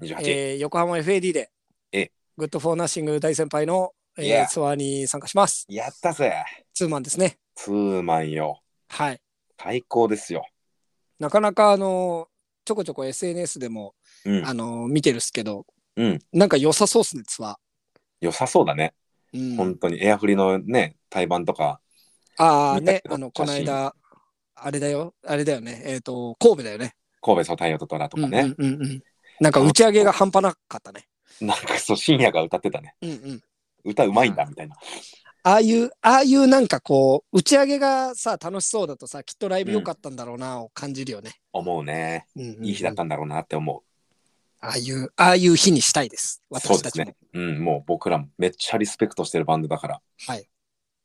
S1: 28。
S2: えー横浜 FAD で、
S1: ええ
S2: グッドフォーナッシング大先輩の、えー
S1: いや
S2: ツアーに参加します。
S1: やったぜ。
S2: ツーマンですね。
S1: ツーマンよ。
S2: はい。
S1: 最高ですよ。
S2: なかなか、あのちょこちょこ SNS でも、
S1: うん
S2: あ。の見てるっすけど、
S1: うん。
S2: なんか良さそうっすね、ツア
S1: 良さそうだね。
S2: ー。うん、
S1: 本当に。エアフリのね、対バンとか。
S2: ああ、
S1: 見た
S2: ね
S1: け、ど
S2: あの、こ
S1: 写
S2: の
S1: 真
S2: 間、あれだよ、あれだよね、えっ、と、神戸だよね。
S1: 神戸ソタイオトトラとかね、
S2: うんうんうんうん。なんか打ち上げが半端なかったね。
S1: なんかそう深夜が歌ってたね
S2: うんうん。
S1: 歌うまいんだみたいな
S2: ああいう、ああいうなんかこう、打ち上げがさ、楽しそうだとさ、きっとライブ良かったんだろうな、を感じるよね。
S1: 思うね
S2: うんうんうん
S1: いい日だったんだろうなって思う
S2: ああいう、ああいう日にしたいです。
S1: そう
S2: 私
S1: で
S2: た
S1: す
S2: ちも。
S1: ね。うん、もう僕らもめっちゃリスペクトしてるバンドだから、
S2: はい。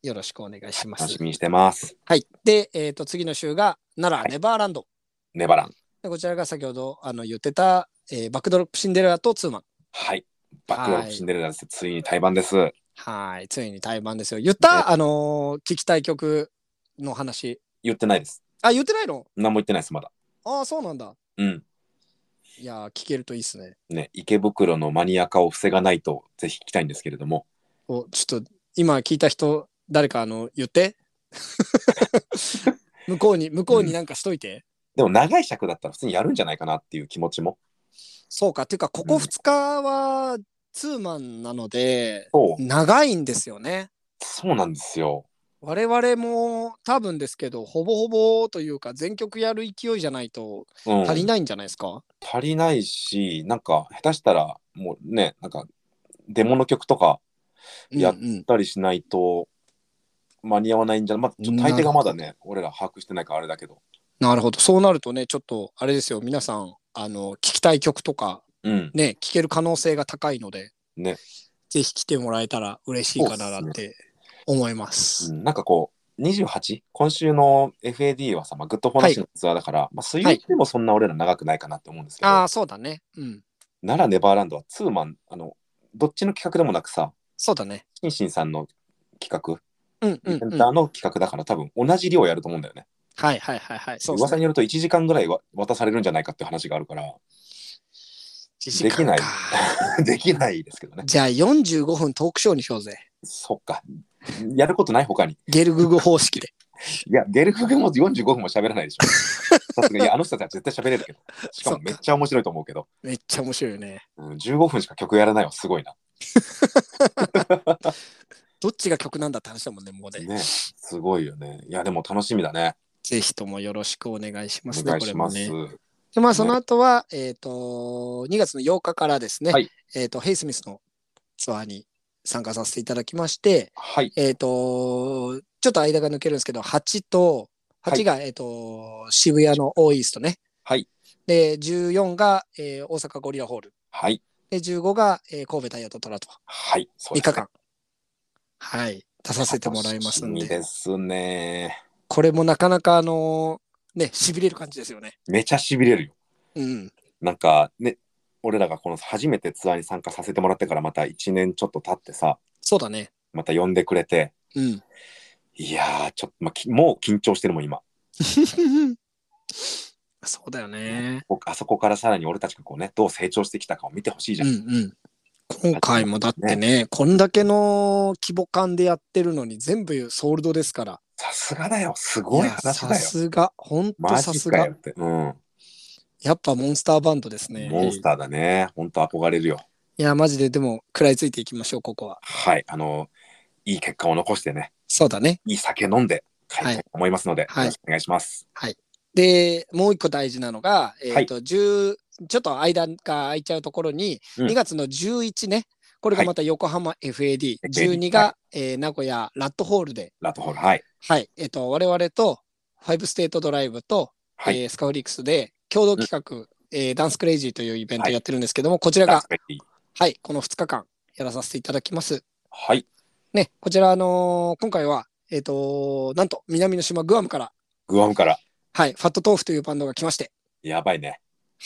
S2: よろしくお願いしま
S1: 楽
S2: す
S1: し。みにしてます。
S2: はい。で、えっ、と、次の週が、奈
S1: はい
S2: 良ネバーランド。
S1: ネバラン。
S2: でこちらが先ほどあの言ってた、えーバックドロップシンデレラとツーマン。
S1: はい。バックドロップシンデレラです。ついに対バンです。
S2: はい。ついに対バンですよ。言った、あのー聞きたい曲の話。
S1: 言ってないです。
S2: あ、言ってないの
S1: 何も言ってないです、まだ。
S2: ああ、そうなんだ。
S1: うん。
S2: いやー、聞けるといいっすね。
S1: ね、池袋のマニア化を防がないと、ぜひ聞きたいんですけれども。
S2: おちょっと今聞いた人誰かあの言って向こうに向こうになんかしといて、
S1: でも長い尺だったら普通にやるんじゃないかなっていう気持ちも。
S2: そうかっていうかここ2日はツーマンなので
S1: そう。
S2: 長いんですよね
S1: そうなんですよ。
S2: 我々も多分ですけどほぼほぼというか全曲やる勢いじゃないと
S1: うん。
S2: 足りないんじゃないですか、
S1: 足りないし、なんか下手したら、もうね、なんか、デモの曲とか
S2: うん、
S1: や
S2: うん
S1: やったりしないと間に合わないんじゃまあ、ちょっと大抵がまだね俺ら把握してないからあれだけど
S2: なるほどそうなるとねちょっとあれですよ皆さんあの聞きたい曲とか
S1: うん
S2: ね聞ける可能性が高いので
S1: ね、
S2: ぜひ来てもらえたら嬉しいかななんて思います。
S1: うんなんかこう28今週の FAD はさ、まあ、グッドフォーナッシュのツアーだから、まあ、水曜日でもそんな俺ら長くないかなって思うんですけど、
S2: ああ、そうだね。うん。
S1: 奈良ネバーランドはツーマンあのどっちの企画でもなくさ
S2: そうだね。
S1: シンシンさんの企
S2: うんう
S1: 画イ
S2: ん、
S1: ベン
S2: う
S1: タ
S2: ん。
S1: ー
S2: はい
S1: の企画だから、多分同じ量やると思うんだよね
S2: はいはいはい。そうです
S1: 噂
S2: ね。
S1: によると1時間ぐらいは渡されるんじゃないかって話があるから
S2: 1
S1: できない
S2: 時間か
S1: できないですけどね
S2: じゃあ45分トークショーにしようぜ。
S1: そっかやることない他に
S2: ゲルググ方式で。
S1: いや、ゲルフ君も45分も喋らない でしょ。さすがに、いやあの人たちは絶対喋れるけど。しか
S2: そ
S1: も
S2: っ
S1: め
S2: か
S1: っちゃ面白いと思うけど、
S2: めっちゃ面白いよね。
S1: うん、15分しか曲やらないはすごいな。
S2: どっちが曲なんだって話だもんね、もうね。
S1: ね、すごいよね。いや、でも楽しみだね。
S2: ぜひともよろしくお願いし
S1: お
S2: ますね、
S1: 願い
S2: これ
S1: し
S2: も
S1: ます。
S2: ね。で、まあその
S1: ね
S2: 後は、えっ、と、2月の8日からですね、
S1: はい
S2: えっ、と、ヘイスミスのツアーに参加させていただきまして、
S1: はい。
S2: えっ、と、ちょっと間が抜けるんですけど、8と、8が、えっ、と、渋谷のオーイーストね。
S1: はい。
S2: で、14が、えー大阪ゴリラホール。
S1: はい。
S2: で、15が、えー神戸タイヤとトラと。
S1: はい。そ
S2: 3日間。はい。出させてもらいますん
S1: 楽しみ
S2: で。
S1: ですね。
S2: これもなかなか、あのーね、痺れる感じですよね。
S1: めちゃしびれるよ。
S2: うん。
S1: なんか、ね、俺らがこの初めてツアーに参加させてもらってからまた1年ちょっと経ってさ
S2: そうだね。
S1: また呼んでくれて
S2: うん。
S1: いやーちょっと、まあきもう緊張してるもん今
S2: そうだよね。
S1: 僕あそこからさらに俺たちがこうねどう成長してきたかを見てほしいじ
S2: う
S1: ゃ
S2: ん
S1: ん、
S2: うん。今回もだってね、こんだけの規模感でやってるのに全部ソールドですから。
S1: さすがだよすごい
S2: や
S1: 話
S2: さ
S1: だよ
S2: すが、ほんと
S1: マ
S2: さ
S1: ジ
S2: す
S1: か
S2: が
S1: よ。って、うん、
S2: やっぱモンスターバンドですね。
S1: モンスターだねほんと憧れるよ
S2: いや、マジででも食らいついていきましょう、ここは。
S1: はいあのいい結果を残してね
S2: そうだね。
S1: いい酒飲んで帰りたいと思いますので、
S2: はい
S1: よろしくお願いします
S2: で、もう一個大事なのが、えっ、と、10、ちょっと間が空いちゃうところに、
S1: うん
S2: 2月の11ね、これがまた横浜 FAD、12が、
S1: は
S2: えー名古屋ラットホールで、
S1: ラットホールはい
S2: はい、えっ、と、我々と、ファイブステートドライブと、
S1: はい、
S2: えースカフリックスで共同企画、えーダンスクレイジーというイベントをやってるんですけども、こちら
S1: ラ
S2: が
S1: ス、ベリー
S2: はい、この2日間やらさせていただきます。
S1: はい
S2: ね、こちら、あのー今回は、えっ、となんと、南の島グアムから、
S1: グアムから
S2: はい、ファットトーフというバンドが来まして、
S1: やばいね、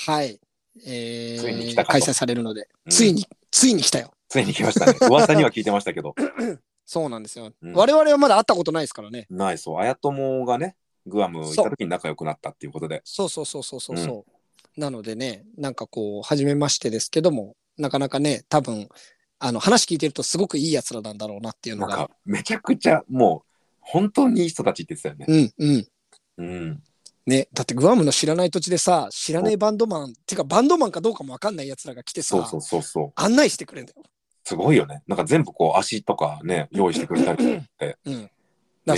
S2: はい、え
S1: ついに来
S2: ー、
S1: たか
S2: 開
S1: と
S2: 催されるので、
S1: うん
S2: ついに、ついに来たよ。
S1: ついに来ましたね噂には聞いてましたけど
S2: そうなんですよ。
S1: うん
S2: 我々はまだ会ったことないですからね。
S1: ないそうあやともがねグアム行った時に仲良くなったっていうことで
S2: そうそうそうそうそうそう、なのでね、なんかこう、初めましてですけども、なかなかね、多分、あの、話聞いてるとすごくいい奴らなんだろうなっていう
S1: な
S2: の
S1: ん
S2: が。
S1: かめちゃくちゃもう本当にいい人たちって言ってたよね
S2: うんうん。
S1: うん
S2: ね、だってグアムの知らない土地でさ、知らないバンドマン、てかバンドマンかどうかもわかんない奴らが来てさ、
S1: そうそうそうそう
S2: 案内してくれんだよ。
S1: すごいよねなんか全部こう足とかね用意してくれたりとかって
S2: うん。だ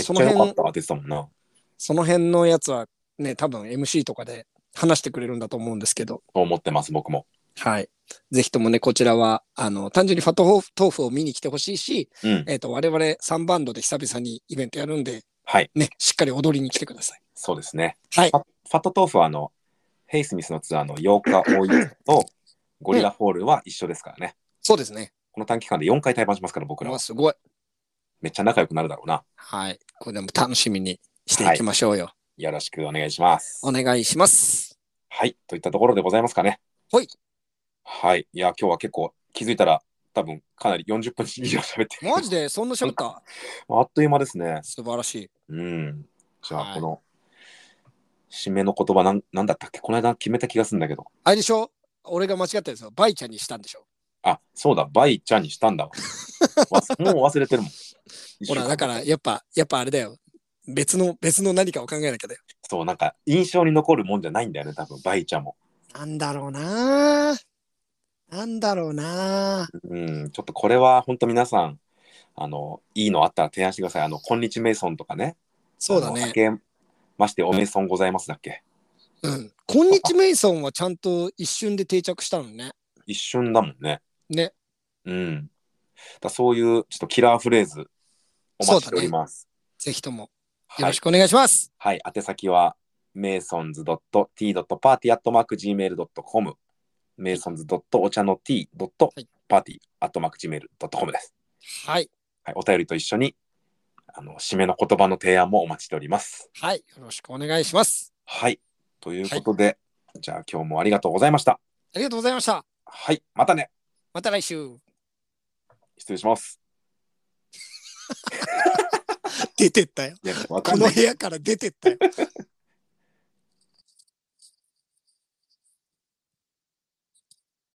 S1: めっ
S2: から
S1: ち
S2: そ
S1: ゃ
S2: の
S1: 良かっ
S2: 辺、
S1: たって言ってたもんな
S2: その辺のやつはね、多分 MC とかで話してくれるんだと思うんですけど、
S1: と思ってます僕も
S2: はい。ぜひともね、こちらは、あの、単純にファットホーフ豆腐を見に来てほしいし、
S1: うん
S2: えっ、と、我々3バンドで久々にイベントやるんで、
S1: はい
S2: ね、しっかり踊りに来てください。
S1: そうですね
S2: はい
S1: フ。ァファット豆腐はあのヘイスミスのツアーの8日多いやつとゴリラホールは一緒ですからね
S2: そうですね。
S1: この短期間で4回対バンしますから僕
S2: こ
S1: ら
S2: れ
S1: は
S2: はすごい。
S1: めっちゃ仲良くなるだろうな
S2: はい。これでも楽しみにしていきましょうよ。
S1: よろしくお願いします
S2: お願いします。
S1: はい、といったところでございますかね。
S2: はい。
S1: はい、いや、今日は結構気づいたら、多分かなり40分以上喋ってる
S2: マジで、そんな喋った
S1: あっという間ですね。
S2: 素晴らしい。
S1: うん。じ
S2: は
S1: ゃ
S2: い
S1: あ、この、締めの言葉なん、なんだったっけこの間決めた気がするんだけど。
S2: あれでしょ俺が間違ったですよ。バイちゃんにしたんでしょ
S1: あ、そうだ、バイちゃんにしたんだわ。 わもう忘れてるもん。
S2: ほら、だから、やっぱ、やっぱあれだよ。別の、別の何かを考えなきゃだよ。
S1: そう、なんか、印象に残るもんじゃないんだよね、多分バイちゃんも。
S2: なんだろうなぁなんだろうなぁ
S1: うん、ちょっとこれは、本当皆さん、あの、いいのあったら提案してください。あの、こんにちメイソンとかね。
S2: そうだ
S1: あの
S2: ね
S1: 明。けましておめそんございますだっけ
S2: うん。今日メイソンはちゃんと一瞬で定着したのね。
S1: 一瞬だもんね。
S2: ね。
S1: うん。だそういうちょっとキラーフレーズお待ちしております。
S2: ぜひともよ
S1: は
S2: ろ
S1: い
S2: し。くお願いします。
S1: はい。宛先は masons.t.party.gmail.com masons.ochano.t.party.gmail.com です。
S2: はい。
S1: はい。お便りと一緒にあの締めの言葉の提案もお待ちしております。
S2: はい。よろしくお願いします。
S1: はい。ということで、じゃあ今日もありがとうございました。
S2: ありがとうございました。
S1: はい。またね。
S2: また来週。
S1: 失礼します。
S2: 出てったよ。
S1: いや、わか
S2: こ
S1: んな
S2: の
S1: い
S2: 部。屋から出てったよ。